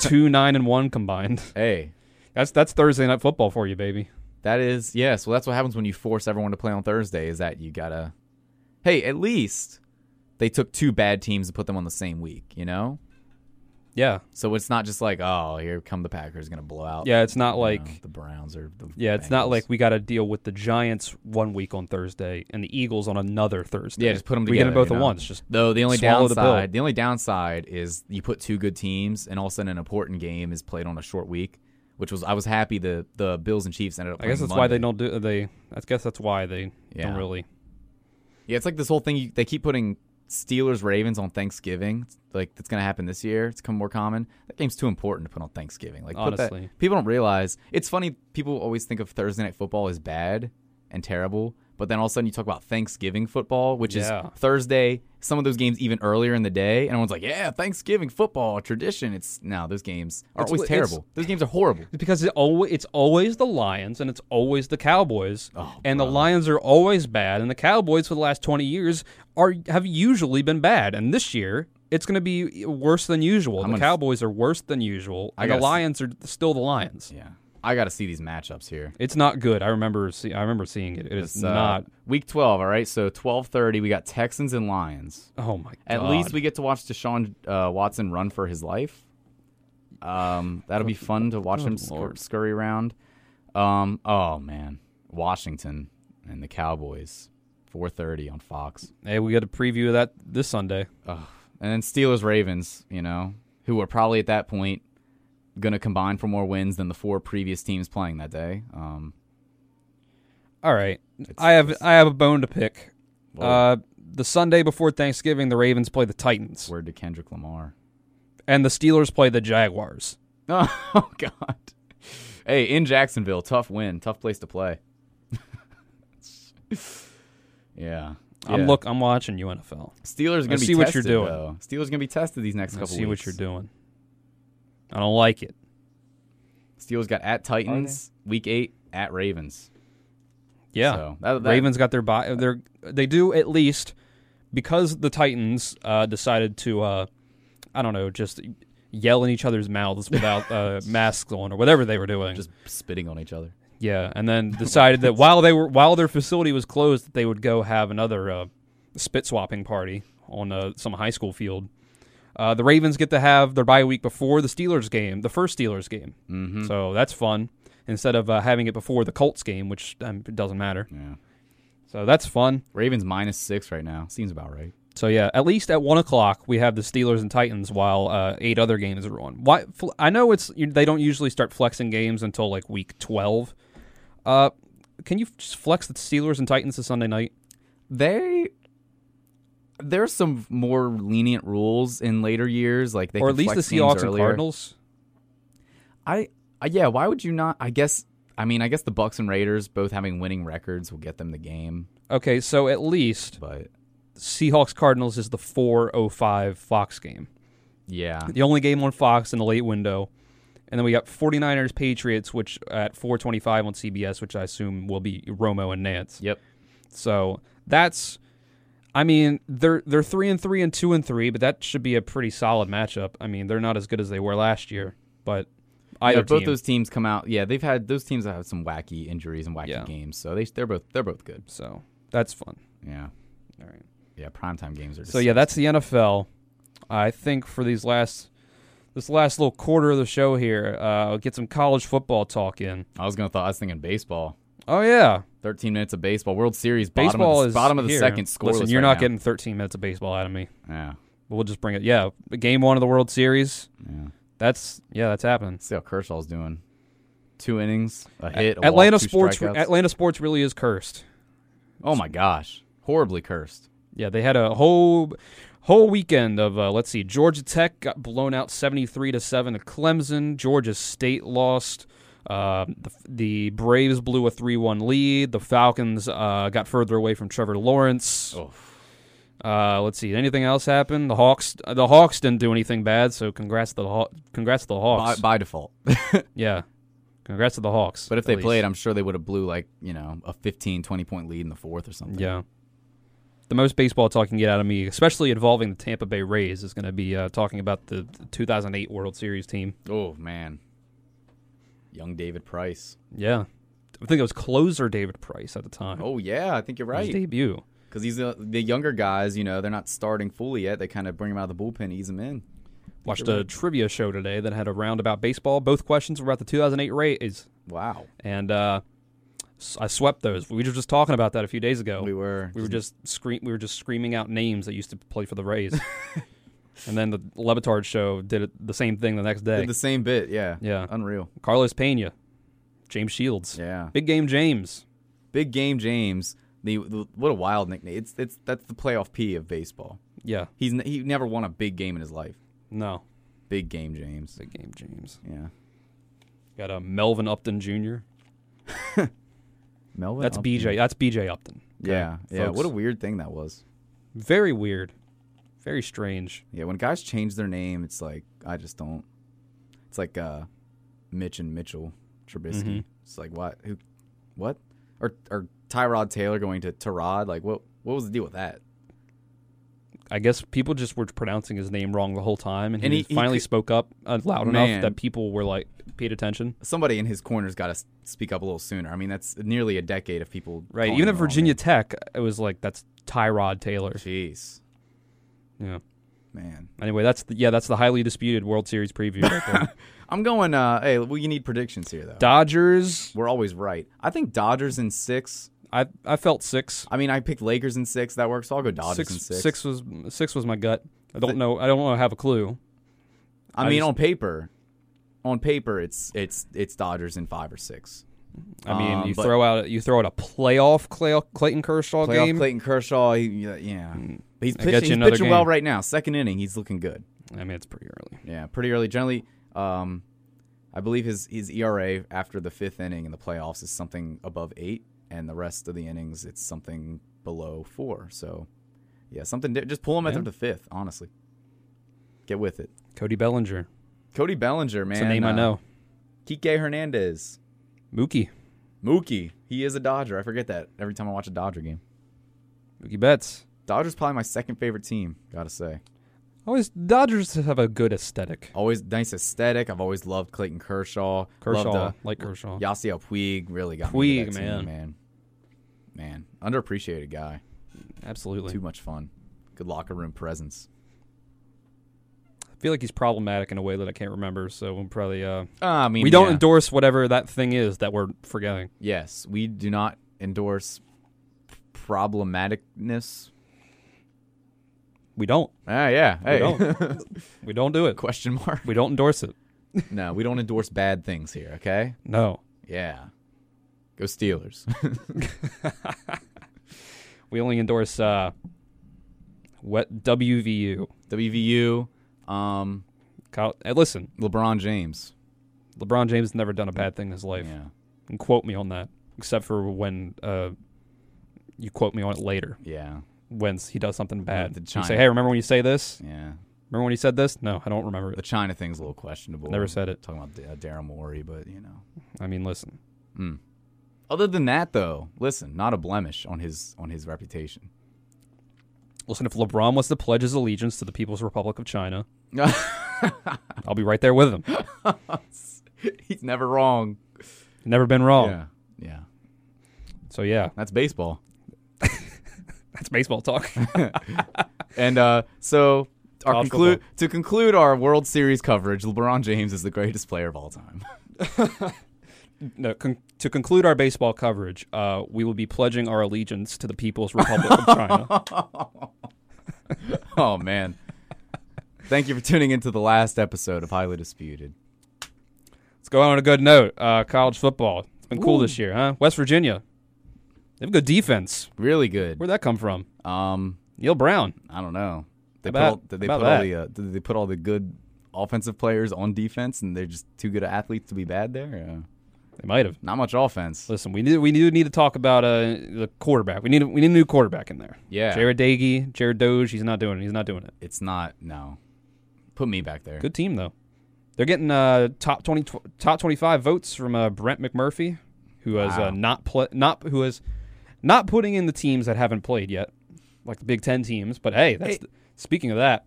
Speaker 1: two nine and one combined.
Speaker 2: Hey,
Speaker 1: That's that's Thursday night football for you, baby.
Speaker 2: that is yes. Well, that's what happens when you force everyone to play on Thursday. Is that you gotta? Hey, at least they took two bad teams and put them on the same week. You know,
Speaker 1: Yeah,
Speaker 2: so it's not just like oh, here come the Packers gonna blow out.
Speaker 1: yeah. It's not
Speaker 2: you
Speaker 1: like
Speaker 2: know, the Browns or the
Speaker 1: yeah, it's not
Speaker 2: Bengals.
Speaker 1: like we got to deal with the Giants one week on Thursday and the Eagles on another Thursday.
Speaker 2: Yeah, just put them
Speaker 1: We get
Speaker 2: together.
Speaker 1: them both
Speaker 2: you
Speaker 1: at
Speaker 2: know?
Speaker 1: once. Just
Speaker 2: though the only
Speaker 1: swallow the pill.
Speaker 2: downside, the, only downside is you put two good teams, and all of a sudden an important game is played on a short week, which was I was happy the the Bills and Chiefs ended up.
Speaker 1: I guess
Speaker 2: playing
Speaker 1: that's why they
Speaker 2: Monday.
Speaker 1: don't do they. I guess that's why they
Speaker 2: Yeah.
Speaker 1: don't really.
Speaker 2: Yeah, it's like this whole thing. You, they keep putting Steelers Ravens on Thanksgiving. It's like that's gonna happen this year. It's become more common. That game's too important to put on Thanksgiving. Like put that-
Speaker 1: Honestly.
Speaker 2: people don't realize. It's funny. People always think of Thursday night football as bad and terrible. But then all of a sudden you talk about Thanksgiving football, which
Speaker 1: Yeah.
Speaker 2: is Thursday. Some of those games even earlier in the day, and everyone's like, "Yeah, Thanksgiving football tradition." It's no, those games are
Speaker 1: It's-
Speaker 2: always
Speaker 1: it's-
Speaker 2: terrible. Those games are horrible.
Speaker 1: Because it always, it's always the Lions and it's always the Cowboys,
Speaker 2: Oh,
Speaker 1: and the Lions are always bad, and the Cowboys for the last twenty years are have usually been bad, and this year it's going to be worse than usual. the
Speaker 2: gonna-
Speaker 1: Cowboys are worse than usual, and the
Speaker 2: gotta s-
Speaker 1: Lions are still the Lions.
Speaker 2: Yeah, I got to see these matchups here.
Speaker 1: It's not good. I remember see, I remember seeing it. It is
Speaker 2: uh,
Speaker 1: not.
Speaker 2: week twelve. All right, so twelve thirty. We got Texans and Lions.
Speaker 1: Oh my god.
Speaker 2: At least we get to watch Deshaun uh, Watson run for his life. Um, that'll be fun to watch him
Speaker 1: Good
Speaker 2: scur-
Speaker 1: Lord.
Speaker 2: scurry around. Um, oh man, Washington and the Cowboys. 4:30 on Fox.
Speaker 1: Hey, we got a preview of that this Sunday.
Speaker 2: Ugh. And then Steelers Ravens, you know, who are probably at that point going to combine for more wins than the four previous teams playing that day. Um,
Speaker 1: All right, I have I have a bone to pick.
Speaker 2: whoa,
Speaker 1: Uh, the Sunday before Thanksgiving, the Ravens play the Titans,
Speaker 2: word to Kendrick Lamar.
Speaker 1: and the Steelers play the Jaguars.
Speaker 2: Oh, God. Hey, in Jacksonville, tough win, tough place to play. yeah.
Speaker 1: I'm
Speaker 2: Yeah.
Speaker 1: look. I'm watching you NFL.
Speaker 2: Steelers are
Speaker 1: I
Speaker 2: gonna be
Speaker 1: see what you're
Speaker 2: tested,
Speaker 1: doing.
Speaker 2: Though. Steelers are gonna be tested these next
Speaker 1: I
Speaker 2: couple.
Speaker 1: see
Speaker 2: weeks.
Speaker 1: what you're doing. I don't like it.
Speaker 2: Steelers got at Titans week eight at Ravens.
Speaker 1: Yeah,
Speaker 2: So, that- that-
Speaker 1: Ravens got their buy. They they do at least because the Titans uh, decided to uh, I don't know just yell in each other's mouths without uh, masks on or whatever they were doing.
Speaker 2: Just spitting on each other.
Speaker 1: yeah, and then decided that while they were while their facility was closed, that they would go have another uh, spit swapping party on uh, some high school field. Uh, the Ravens get to have their bye week before the Steelers game, the first Steelers game.
Speaker 2: Mm-hmm.
Speaker 1: So that's fun. Instead of uh, having it before the Colts game, which um, it doesn't matter.
Speaker 2: Yeah.
Speaker 1: So that's fun.
Speaker 2: Ravens minus six right now. Seems about right.
Speaker 1: So yeah, at least at one o'clock we have the Steelers and Titans, while uh, eight other games are on. Why? fl- I know it's you, they don't usually start flexing games until like week twelve. Uh, can you f- just flex the Steelers and Titans to Sunday night?
Speaker 2: They there's some more lenient rules in later years, like they
Speaker 1: or
Speaker 2: can
Speaker 1: at least the
Speaker 2: flex games
Speaker 1: Seahawks and
Speaker 2: earlier.
Speaker 1: Cardinals?
Speaker 2: I, I yeah, why would you not? I guess I mean I guess the Bucks and Raiders both having winning records will get them the game,
Speaker 1: Okay, so at least
Speaker 2: but
Speaker 1: Seahawks Cardinals is the four oh five Fox game.
Speaker 2: yeah,
Speaker 1: the only game on Fox in the late window. And then we got 49ers Patriots, which at 425 on CBS, which I assume will be Romo and Nance.
Speaker 2: yep.
Speaker 1: So that's I mean, they're they're three and three and two and three, but that should be a pretty solid matchup. I mean, they're not as good as they were last year, but either
Speaker 2: yeah, both
Speaker 1: team.
Speaker 2: those teams come out. Yeah, they've had those teams have had some wacky injuries and wacky
Speaker 1: Yeah.
Speaker 2: games, so they they're both they're both good.
Speaker 1: so that's fun.
Speaker 2: Yeah,
Speaker 1: All right.
Speaker 2: yeah. Primetime games are just
Speaker 1: So yeah, that's the NFL. I think for these last this last little quarter of the show here, uh, get some college football talk in.
Speaker 2: I was gonna thought I was thinking baseball.
Speaker 1: Oh yeah,
Speaker 2: 13 minutes of baseball. World Series bottom
Speaker 1: Baseball
Speaker 2: of the,
Speaker 1: is
Speaker 2: bottom of the
Speaker 1: here.
Speaker 2: second scoreless.
Speaker 1: Listen, you're
Speaker 2: right
Speaker 1: not
Speaker 2: now.
Speaker 1: getting 13 minutes of baseball out of me.
Speaker 2: Yeah,
Speaker 1: But we'll just bring it. Yeah, game one of the World Series.
Speaker 2: yeah.
Speaker 1: That's yeah, that's happening.
Speaker 2: See how Kershaw's doing. Two innings, a hit. a walk,
Speaker 1: Atlanta
Speaker 2: two
Speaker 1: sports.
Speaker 2: strikeouts.
Speaker 1: Atlanta sports really is cursed.
Speaker 2: oh my gosh, horribly cursed.
Speaker 1: Yeah, they had a whole whole weekend of uh, let's see, Georgia Tech got blown out 73 to seven to Clemson. Georgia State lost. Uh, the, the Braves blew a 3 1 lead. The Falcons uh, got further away from Trevor Lawrence.
Speaker 2: Oh,
Speaker 1: Uh, let's see. Anything else happen? The Hawks. The Hawks didn't do anything bad, so congrats to the Haw- congrats to the
Speaker 2: by,
Speaker 1: Hawks.
Speaker 2: by default.
Speaker 1: Yeah, congrats to the Hawks.
Speaker 2: But if
Speaker 1: at
Speaker 2: they
Speaker 1: least.
Speaker 2: played, I'm sure they would have blew like you know a 15, 20 point lead in the fourth or something.
Speaker 1: yeah, the most baseball talk you can get out of me, especially involving the Tampa Bay Rays, is going to be uh, talking about the, the 2008 World Series team.
Speaker 2: Oh man, young David Price.
Speaker 1: Yeah, I think it was closer David Price at the time.
Speaker 2: Oh yeah, I think you're
Speaker 1: His
Speaker 2: right.
Speaker 1: debut.
Speaker 2: Because these uh, the younger guys, you know, they're not starting fully yet. They kind of bring them out of the bullpen, ease them in.
Speaker 1: Watched a trivia show today that had a round about baseball. Both questions were about the 2008 Rays,
Speaker 2: Wow,
Speaker 1: and uh, s- I swept those. We were just talking about that a few days ago.
Speaker 2: we were
Speaker 1: We were just scream. We were just screaming out names that used to play for the Rays. and then the Levitard show did it, the same thing the next day.
Speaker 2: did the same bit. Yeah,
Speaker 1: Yeah.
Speaker 2: unreal.
Speaker 1: Carlos Pena, James Shields,
Speaker 2: Yeah,
Speaker 1: big game James.
Speaker 2: Big Game James. The, the what a wild nickname. It's it's that's the playoff P of baseball.
Speaker 1: Yeah,
Speaker 2: He's n- he never won a big game in his life.
Speaker 1: no,
Speaker 2: Big Game James.
Speaker 1: big game James.
Speaker 2: Yeah,
Speaker 1: Got a Melvin Upton Jr.
Speaker 2: Melvin.
Speaker 1: That's
Speaker 2: Upton.
Speaker 1: BJ. That's BJ Upton. Okay,
Speaker 2: Yeah, yeah.
Speaker 1: folks.
Speaker 2: What a weird thing that was.
Speaker 1: very weird, very strange.
Speaker 2: Yeah, when guys change their name, it's like I just don't. It's like uh, Mitch and Mitchell Trubisky.
Speaker 1: Mhm.
Speaker 2: It's like what who, what, or or Tyrod Taylor going to Tyrod? Like what what was the deal with that?
Speaker 1: I guess people just were pronouncing his name wrong the whole time, and,
Speaker 2: And
Speaker 1: he,
Speaker 2: he- he
Speaker 1: finally
Speaker 2: could-
Speaker 1: spoke up uh, loud enough
Speaker 2: Man.
Speaker 1: that people were like paid attention.
Speaker 2: Somebody in his corner's got to speak up a little sooner. I mean, that's nearly a decade of people.
Speaker 1: Right.
Speaker 2: calling
Speaker 1: Even
Speaker 2: him
Speaker 1: at
Speaker 2: wrong
Speaker 1: Virginia Tech, it was like that's Tyrod Taylor.
Speaker 2: names. Jeez,
Speaker 1: Yeah.
Speaker 2: man.
Speaker 1: Anyway, that's the, yeah, that's the highly disputed World Series preview. Right there.
Speaker 2: I'm going. uh Hey, well, you need predictions here though.
Speaker 1: Dodgers.
Speaker 2: We're always right. I think Dodgers in six.
Speaker 1: I I felt six.
Speaker 2: I mean, I picked Lakers in six. That works. So I'll go Dodgers
Speaker 1: Six,
Speaker 2: in six.
Speaker 1: six was six was my gut. I don't know. I don't know. Have a clue.
Speaker 2: I,
Speaker 1: I
Speaker 2: mean,
Speaker 1: just-
Speaker 2: on paper, on paper, it's it's it's Dodgers in five or six.
Speaker 1: I mean,
Speaker 2: Um,
Speaker 1: you
Speaker 2: but-
Speaker 1: throw out you throw out a playoff Clay, Clayton Kershaw
Speaker 2: Playoff
Speaker 1: game.
Speaker 2: Clayton Kershaw, he, yeah, But he's
Speaker 1: Mm. I got
Speaker 2: pitching,
Speaker 1: you
Speaker 2: he's
Speaker 1: another
Speaker 2: pitching
Speaker 1: game.
Speaker 2: well right now. Second inning, he's looking good.
Speaker 1: I mean, it's pretty early.
Speaker 2: Yeah, pretty early. Generally, um, I believe his his ERA after the fifth inning in the playoffs is something above eight, and the rest of the innings it's something below four. So, yeah, something di- just pull him after
Speaker 1: Yeah.
Speaker 2: the fifth. Honestly, get with it.
Speaker 1: Cody Bellinger.
Speaker 2: Cody Bellinger, man,
Speaker 1: It's a name I
Speaker 2: uh,
Speaker 1: know.
Speaker 2: Kike Hernandez,
Speaker 1: Mookie.
Speaker 2: Mookie, he is a Dodger. I forget that every time I watch a Dodger game.
Speaker 1: Mookie Betts.
Speaker 2: Dodgers probably my second favorite team. Gotta say,
Speaker 1: Always Dodgers have a good aesthetic.
Speaker 2: always nice aesthetic. I've always loved Clayton Kershaw.
Speaker 1: Kershaw,
Speaker 2: Loved, uh,
Speaker 1: like Kershaw.
Speaker 2: Yasiel Puig really got me
Speaker 1: Puig,
Speaker 2: into that
Speaker 1: man.
Speaker 2: team, man. Man, underappreciated guy.
Speaker 1: Absolutely.
Speaker 2: Too much fun. Good locker room presence.
Speaker 1: I feel like he's problematic in a way that I can't remember. So we'll probably uh,
Speaker 2: Uh, I mean,
Speaker 1: we don't
Speaker 2: yeah.
Speaker 1: endorse whatever that thing is that we're forgetting.
Speaker 2: Yes, we do not endorse problematicness.
Speaker 1: We don't.
Speaker 2: Ah, yeah. Hey.
Speaker 1: don't. We don't do it.
Speaker 2: Question mark.
Speaker 1: We don't endorse it.
Speaker 2: No, we don't endorse bad things here. Okay.
Speaker 1: No.
Speaker 2: Yeah. Go Steelers.
Speaker 1: We only endorse uh, wet WVU.
Speaker 2: WVU. Um,
Speaker 1: Kyle, hey, listen,
Speaker 2: LeBron James.
Speaker 1: LeBron James has never done a bad thing in his life.
Speaker 2: Yeah.
Speaker 1: And quote me on that, except for when uh, you quote me on it later
Speaker 2: Yeah.
Speaker 1: when he does something bad.
Speaker 2: the
Speaker 1: You
Speaker 2: China-
Speaker 1: say, hey, remember when you say this?
Speaker 2: Yeah.
Speaker 1: Remember when you said this? No, I don't remember
Speaker 2: The
Speaker 1: it.
Speaker 2: China thing's a little questionable.
Speaker 1: Never said it.
Speaker 2: Talking about D- uh, Daryl Morey, but you know.
Speaker 1: I mean, listen,
Speaker 2: Mm. Other than that, though, listen, not a blemish on his on his reputation.
Speaker 1: listen. If LeBron was to pledge his allegiance to the People's Republic of China, I'll be right there with him.
Speaker 2: He's never wrong.
Speaker 1: Never been wrong.
Speaker 2: Yeah, yeah,
Speaker 1: So yeah,
Speaker 2: that's baseball.
Speaker 1: that's baseball talk.
Speaker 2: And uh, so, our
Speaker 1: College
Speaker 2: conclu-
Speaker 1: football.
Speaker 2: to conclude our World Series coverage, LeBron James is the greatest player of all time.
Speaker 1: no, con- to conclude our baseball coverage, uh, we will be pledging our allegiance to the People's Republic of China.
Speaker 2: oh man! Thank you for tuning into the last episode of Highly Disputed.
Speaker 1: Let's go out on a good note. Uh, college football. It's been cool this year, huh? West Virginia. They have good defense.
Speaker 2: Really good.
Speaker 1: Where'd that come from?
Speaker 2: Um,
Speaker 1: Neil Brown.
Speaker 2: I don't know. They
Speaker 1: About-
Speaker 2: put all, did they
Speaker 1: about
Speaker 2: put all
Speaker 1: that.
Speaker 2: the uh, did they put all the good offensive players on defense, and they're just too good of athletes to be bad there. Yeah.
Speaker 1: They might have.
Speaker 2: Not much offense.
Speaker 1: Listen, we do we do need to talk about uh, the quarterback. We need we need a new quarterback in there.
Speaker 2: Yeah,
Speaker 1: Jared Dagey, Jared Doge. He's not doing it. He's not doing it.
Speaker 2: it's not. No, put me back there.
Speaker 1: Good team though. They're getting uh, top twenty tw- top twenty five votes from uh, Brent McMurphy, who has
Speaker 2: Wow.
Speaker 1: uh, not pl- not who has not putting in the teams that haven't played yet, like the Big Ten teams. But hey, that's
Speaker 2: Hey.
Speaker 1: speaking of that,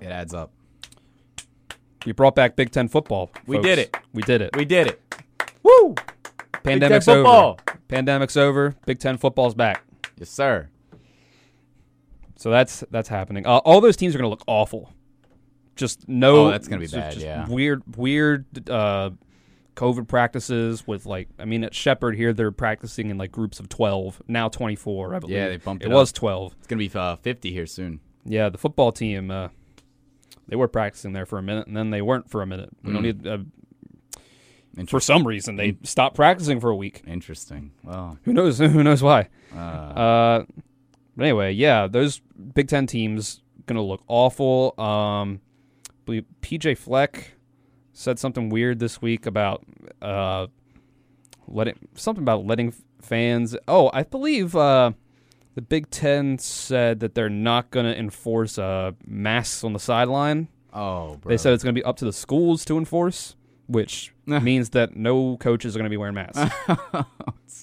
Speaker 2: It adds up.
Speaker 1: we brought back Big Ten football.
Speaker 2: We
Speaker 1: folks.
Speaker 2: did it.
Speaker 1: We did it.
Speaker 2: We did it. Woo!
Speaker 1: Pandemic's
Speaker 2: Ten
Speaker 1: over.
Speaker 2: football.
Speaker 1: Pandemic's over. Big Ten football's back.
Speaker 2: Yes, sir.
Speaker 1: So that's that's happening. Uh, all those teams are going to look awful. Just no.
Speaker 2: Oh, that's gonna be
Speaker 1: just-
Speaker 2: bad,
Speaker 1: just
Speaker 2: yeah.
Speaker 1: Weird, weird. Uh, COVID practices with like, I mean, at Shepherd here they're practicing in like groups of twelve. Now twenty four, I believe.
Speaker 2: Yeah, they bumped it
Speaker 1: was twelve.
Speaker 2: It's gonna be uh, fifty here soon.
Speaker 1: Yeah, the football team. Uh, they were practicing there for a minute, and then they weren't for a minute. We don't need. Uh, for some reason, they stopped practicing for a week.
Speaker 2: Interesting. Well,
Speaker 1: Who knows? Who knows why?
Speaker 2: uh,
Speaker 1: Uh, but anyway, yeah, those Big Ten teams gonna look awful. Um, I believe PJ Fleck said something weird this week about uh, letting something about letting f- fans. Oh, I believe uh, the Big Ten said that they're not gonna enforce uh, masks on the sideline.
Speaker 2: oh, bro.
Speaker 1: They said it's gonna be up to the schools to enforce, which means that no coaches are gonna be wearing masks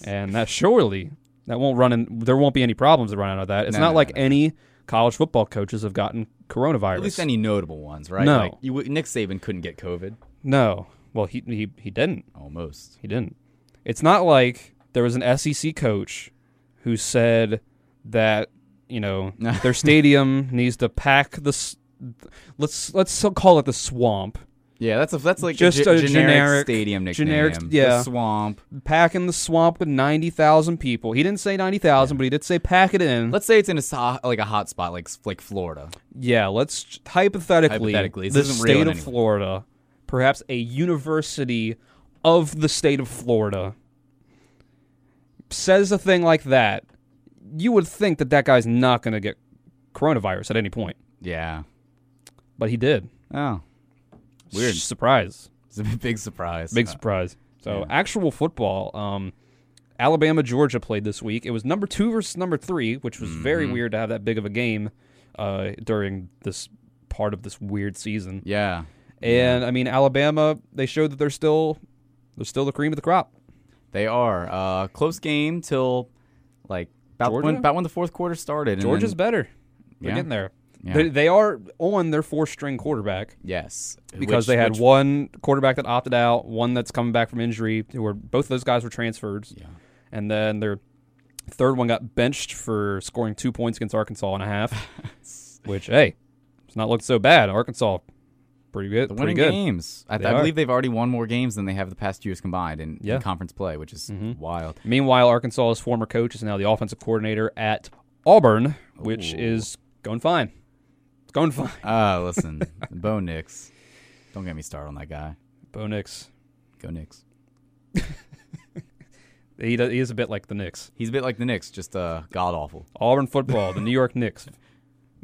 Speaker 1: and that surely that won't run in there won't be any problems that run out of that it's
Speaker 2: No,
Speaker 1: not
Speaker 2: no,
Speaker 1: like
Speaker 2: no.
Speaker 1: any college football coaches have gotten coronavirus
Speaker 2: at least any notable ones, right?
Speaker 1: No.
Speaker 2: Like, you, Nick Saban couldn't get COVID.
Speaker 1: no well he, he he didn't
Speaker 2: Almost.
Speaker 1: he didn't it's not like there was an sec coach who said that you know their stadium needs to pack the s- let's let's so- call it the swamp
Speaker 2: Yeah, that's a that's like
Speaker 1: Just
Speaker 2: a, ge-
Speaker 1: a
Speaker 2: generic,
Speaker 1: generic-
Speaker 2: stadium nickname.
Speaker 1: generic-
Speaker 2: The
Speaker 1: yeah.
Speaker 2: swamp.
Speaker 1: Packing the swamp with 90,000 people. He didn't say 90,000, but he did say pack it in.
Speaker 2: Let's say it's in a so- like a hot spot like like Florida.
Speaker 1: yeah, let's hypothetically,
Speaker 2: Hypothetically, this
Speaker 1: the
Speaker 2: isn't real
Speaker 1: state
Speaker 2: in
Speaker 1: of
Speaker 2: any way.
Speaker 1: Florida, perhaps a university of the state of Florida, says a thing like that. You would think that that guy's not going to get coronavirus at any point,
Speaker 2: Yeah.
Speaker 1: but he did.
Speaker 2: Oh, Weird.
Speaker 1: Sh- surprise.
Speaker 2: it's a big surprise.
Speaker 1: Big
Speaker 2: Uh,
Speaker 1: surprise. So
Speaker 2: yeah.
Speaker 1: actual football. Um, Alabama Georgia played this week. It was number two versus number three, which was very
Speaker 2: Mm-hmm.
Speaker 1: weird to have that big of a game uh, during this part of this weird season.
Speaker 2: yeah.
Speaker 1: And I mean Alabama, they showed that they're still they're still the cream of the crop.
Speaker 2: They are uh, close game till like about when
Speaker 1: Georgia?
Speaker 2: about when the fourth quarter started. and
Speaker 1: Georgia's
Speaker 2: then-
Speaker 1: better. They're
Speaker 2: Yeah.
Speaker 1: getting there.
Speaker 2: Yeah.
Speaker 1: They, they are on their four string quarterback
Speaker 2: yes
Speaker 1: because
Speaker 2: Which-
Speaker 1: they had
Speaker 2: which-
Speaker 1: one quarterback that opted out, one that's coming back from injury. Who were both of those guys were transferred.
Speaker 2: Yeah.
Speaker 1: and then their third one got benched for scoring two points against Arkansas and a half, which hey, it's not looked so bad. Arkansas, pretty good,
Speaker 2: The
Speaker 1: pretty
Speaker 2: winning
Speaker 1: good.
Speaker 2: games. I,
Speaker 1: They
Speaker 2: I
Speaker 1: are.
Speaker 2: believe they've already won more games than they have the past years combined in, in
Speaker 1: Yeah. Mm-hmm.
Speaker 2: conference play, which is wild.
Speaker 1: Meanwhile, Arkansas's former coach is now the offensive coordinator at Auburn, which
Speaker 2: Ooh.
Speaker 1: is going fine. It's going fine.
Speaker 2: Ah, listen, Bo Nix. Don't get me started on that guy.
Speaker 1: Bo Nix,
Speaker 2: Go Nix.
Speaker 1: he, does, he is a bit like the Knicks.
Speaker 2: He's a bit like the Knicks, just uh, god awful.
Speaker 1: Auburn football, the New York Knicks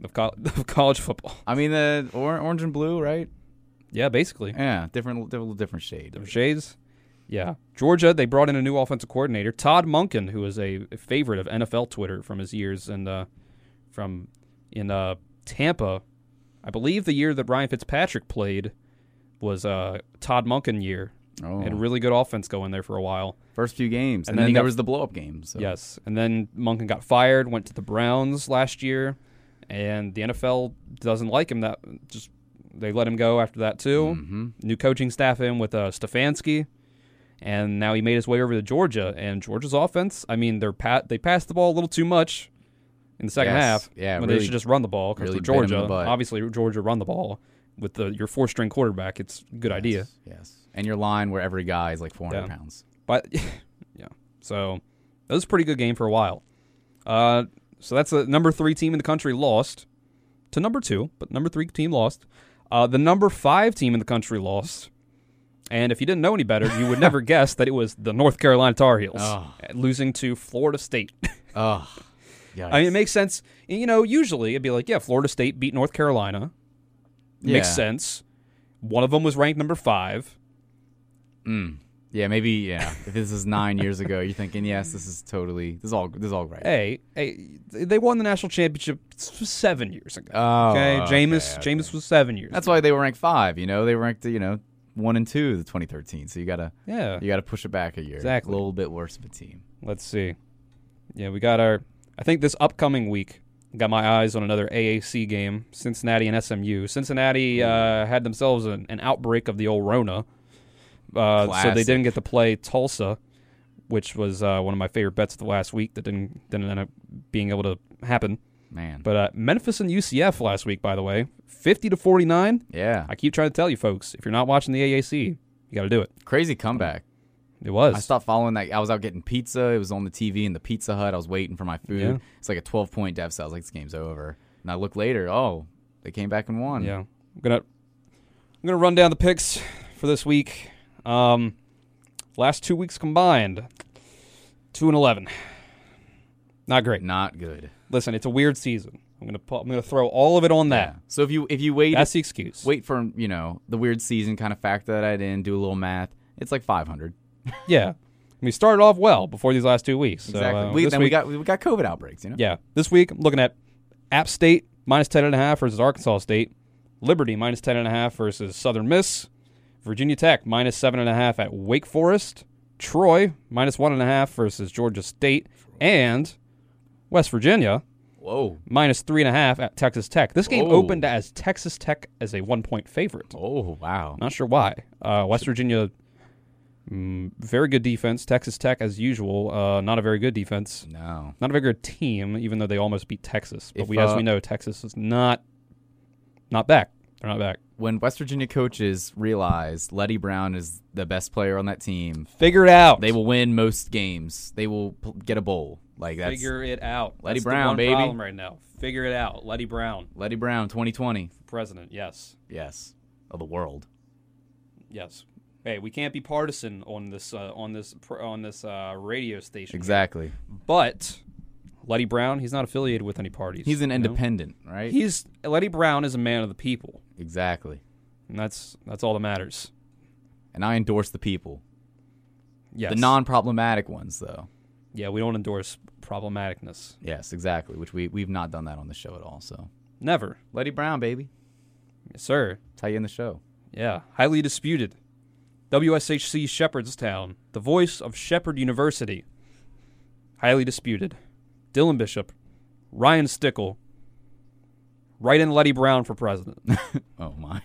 Speaker 1: of, col- of college football.
Speaker 2: I mean, the or- orange and blue, right?
Speaker 1: Yeah, basically.
Speaker 2: Yeah, different, different, different shade.
Speaker 1: Them shades. Yeah. Georgia, they brought in a new offensive coordinator, Todd Munkin, who is a favorite of NFL Twitter from his years and uh, from in uh, Tampa. I believe the year that Ryan Fitzpatrick played was uh, Todd Munkin year.
Speaker 2: Oh,
Speaker 1: Had a really good offense going there for a while.
Speaker 2: first few games,
Speaker 1: And
Speaker 2: and,
Speaker 1: then
Speaker 2: then,
Speaker 1: he
Speaker 2: there
Speaker 1: got-
Speaker 2: was the blow up game. So.
Speaker 1: Yes. And then Munkin got fired, went to the Browns last year, and the NFL doesn't like him that just they let him go after that too.
Speaker 2: hmm
Speaker 1: new coaching staff in with uh, Stefanski, and now he made his way over to Georgia. And Georgia's offense, I mean, they're pa- they passed the ball a little too much in the second
Speaker 2: Yes.
Speaker 1: half.
Speaker 2: Yeah,
Speaker 1: when they
Speaker 2: really-
Speaker 1: should just run the ball because
Speaker 2: really
Speaker 1: for
Speaker 2: bit 'em in
Speaker 1: Georgia,
Speaker 2: the butt.
Speaker 1: obviously Georgia run the ball with the, your four string quarterback. It's a good idea,
Speaker 2: Yes. And your line where every guy is like 400
Speaker 1: Yeah.
Speaker 2: pounds.
Speaker 1: but yeah, so that was a pretty good game for a while. Uh, so that's the number three team in the country lost to number two, but number three team lost. Uh, the number five team in the country lost. And if you didn't know any better, you would never guess that it was the North Carolina Tar Heels eh,
Speaker 2: Oh.
Speaker 1: losing to Florida State.
Speaker 2: Oh, yeah.
Speaker 1: I mean, it makes sense. You know, usually it'd be like, yeah, Florida State beat North Carolina. Makes sense. One of them was ranked number five.
Speaker 2: Mm. Yeah, maybe. Yeah, if this is nine years ago, you're thinking, yes, this is totally, this is all, this is all right.
Speaker 1: Hey, hey, they won the national championship s- seven years ago.
Speaker 2: Oh,
Speaker 1: okay,
Speaker 2: okay,
Speaker 1: Jameis,
Speaker 2: okay.
Speaker 1: Jameis was seven years.
Speaker 2: That's why they were ranked five. You know, they were ranked, you know, one and two the 2013. So you gotta,
Speaker 1: yeah.
Speaker 2: you gotta push it back a year.
Speaker 1: Exactly.
Speaker 2: A little bit worse of a team.
Speaker 1: Let's see. Yeah, we got our. I think this upcoming week got my eyes on another AAC game: Cincinnati and SMU. Cincinnati uh, had themselves an, an outbreak of the old Rona, uh, so they
Speaker 2: Classic.
Speaker 1: didn't get to play Tulsa, which was uh, one of my favorite bets of the last week that didn't didn't end up being able to happen.
Speaker 2: Man.
Speaker 1: But uh, Memphis and UCF last week, by the way, fifty to forty nine.
Speaker 2: yeah,
Speaker 1: I keep trying to tell you folks, if you're not watching the AAC, you got to do it.
Speaker 2: crazy comeback.
Speaker 1: It was.
Speaker 2: I stopped following that. I was out getting pizza. It was on the TV in the Pizza Hut. I was waiting for my food.
Speaker 1: Yeah.
Speaker 2: It's like a 12 point deficit. I was like, this game's over. And I look later. Oh, they came back and won.
Speaker 1: Yeah, I'm gonna I'm gonna run down the picks for this week. Um, last two weeks combined, two and eleven. Not great.
Speaker 2: Not good.
Speaker 1: Listen, it's a weird season. I'm gonna pu- I'm gonna throw all of it on that.
Speaker 2: So if you if you wait
Speaker 1: That's the excuse.
Speaker 2: wait for you know the weird season kind of factor that I didn't do a little math. It's like 500.
Speaker 1: Yeah, we started off well before these last two weeks. So,
Speaker 2: exactly.
Speaker 1: uh,
Speaker 2: we,
Speaker 1: this
Speaker 2: then we
Speaker 1: week-
Speaker 2: got we got COVID outbreaks. You know.
Speaker 1: yeah this week. I'm looking at App State minus ten and a half versus Arkansas State. Liberty minus ten and a half versus Southern Miss. Virginia Tech minus seven and a half at Wake Forest. Troy minus one and a half versus Georgia State and West Virginia
Speaker 2: Whoa.
Speaker 1: minus three and a half at Texas Tech. This game
Speaker 2: Oh.
Speaker 1: opened as Texas Tech as a one point favorite.
Speaker 2: Oh wow.
Speaker 1: Not sure why. Uh, West Virginia, mm, very good defense. Texas Tech, as usual, uh, not a very good defense
Speaker 2: No.
Speaker 1: not a very good team, even though they almost beat Texas. But
Speaker 2: If,
Speaker 1: we, as
Speaker 2: uh,
Speaker 1: we know, Texas is not not back. They're not back.
Speaker 2: When West Virginia coaches realize Letty Brown is the best player on that team,
Speaker 1: Figure it out.
Speaker 2: they will win most games. They will p- get a bowl. Like that's
Speaker 1: figure it out.
Speaker 2: Letty
Speaker 1: That's
Speaker 2: Brown,
Speaker 1: the one
Speaker 2: baby.
Speaker 1: Problem right now. Figure it out. Letty Brown,
Speaker 2: Letty Brown 2020.
Speaker 1: president. Yes,
Speaker 2: Yes, of the world.
Speaker 1: yes. Hey, we can't be partisan on this uh, on this pr- on this uh, radio station.
Speaker 2: Exactly.
Speaker 1: But Letty Brown, he's not affiliated with any parties.
Speaker 2: He's an
Speaker 1: you know?
Speaker 2: independent, right?
Speaker 1: He's Letty Brown is a man of the people,
Speaker 2: exactly.
Speaker 1: and that's that's all that matters.
Speaker 2: And I endorse the people.
Speaker 1: Yes.
Speaker 2: The non-problematic ones though.
Speaker 1: Yeah, we don't endorse problematicness.
Speaker 2: Yes, exactly, which we we've not done that on the show at all, so.
Speaker 1: Never,
Speaker 2: Letty Brown, baby.
Speaker 1: yes, sir.
Speaker 2: That's how you end the show.
Speaker 1: Yeah, highly disputed. WSHC Shepherdstown, the voice of Shepherd University. Highly disputed. Dylan Bishop, Ryan Stickle, write in Letty Brown for president.
Speaker 2: Oh my.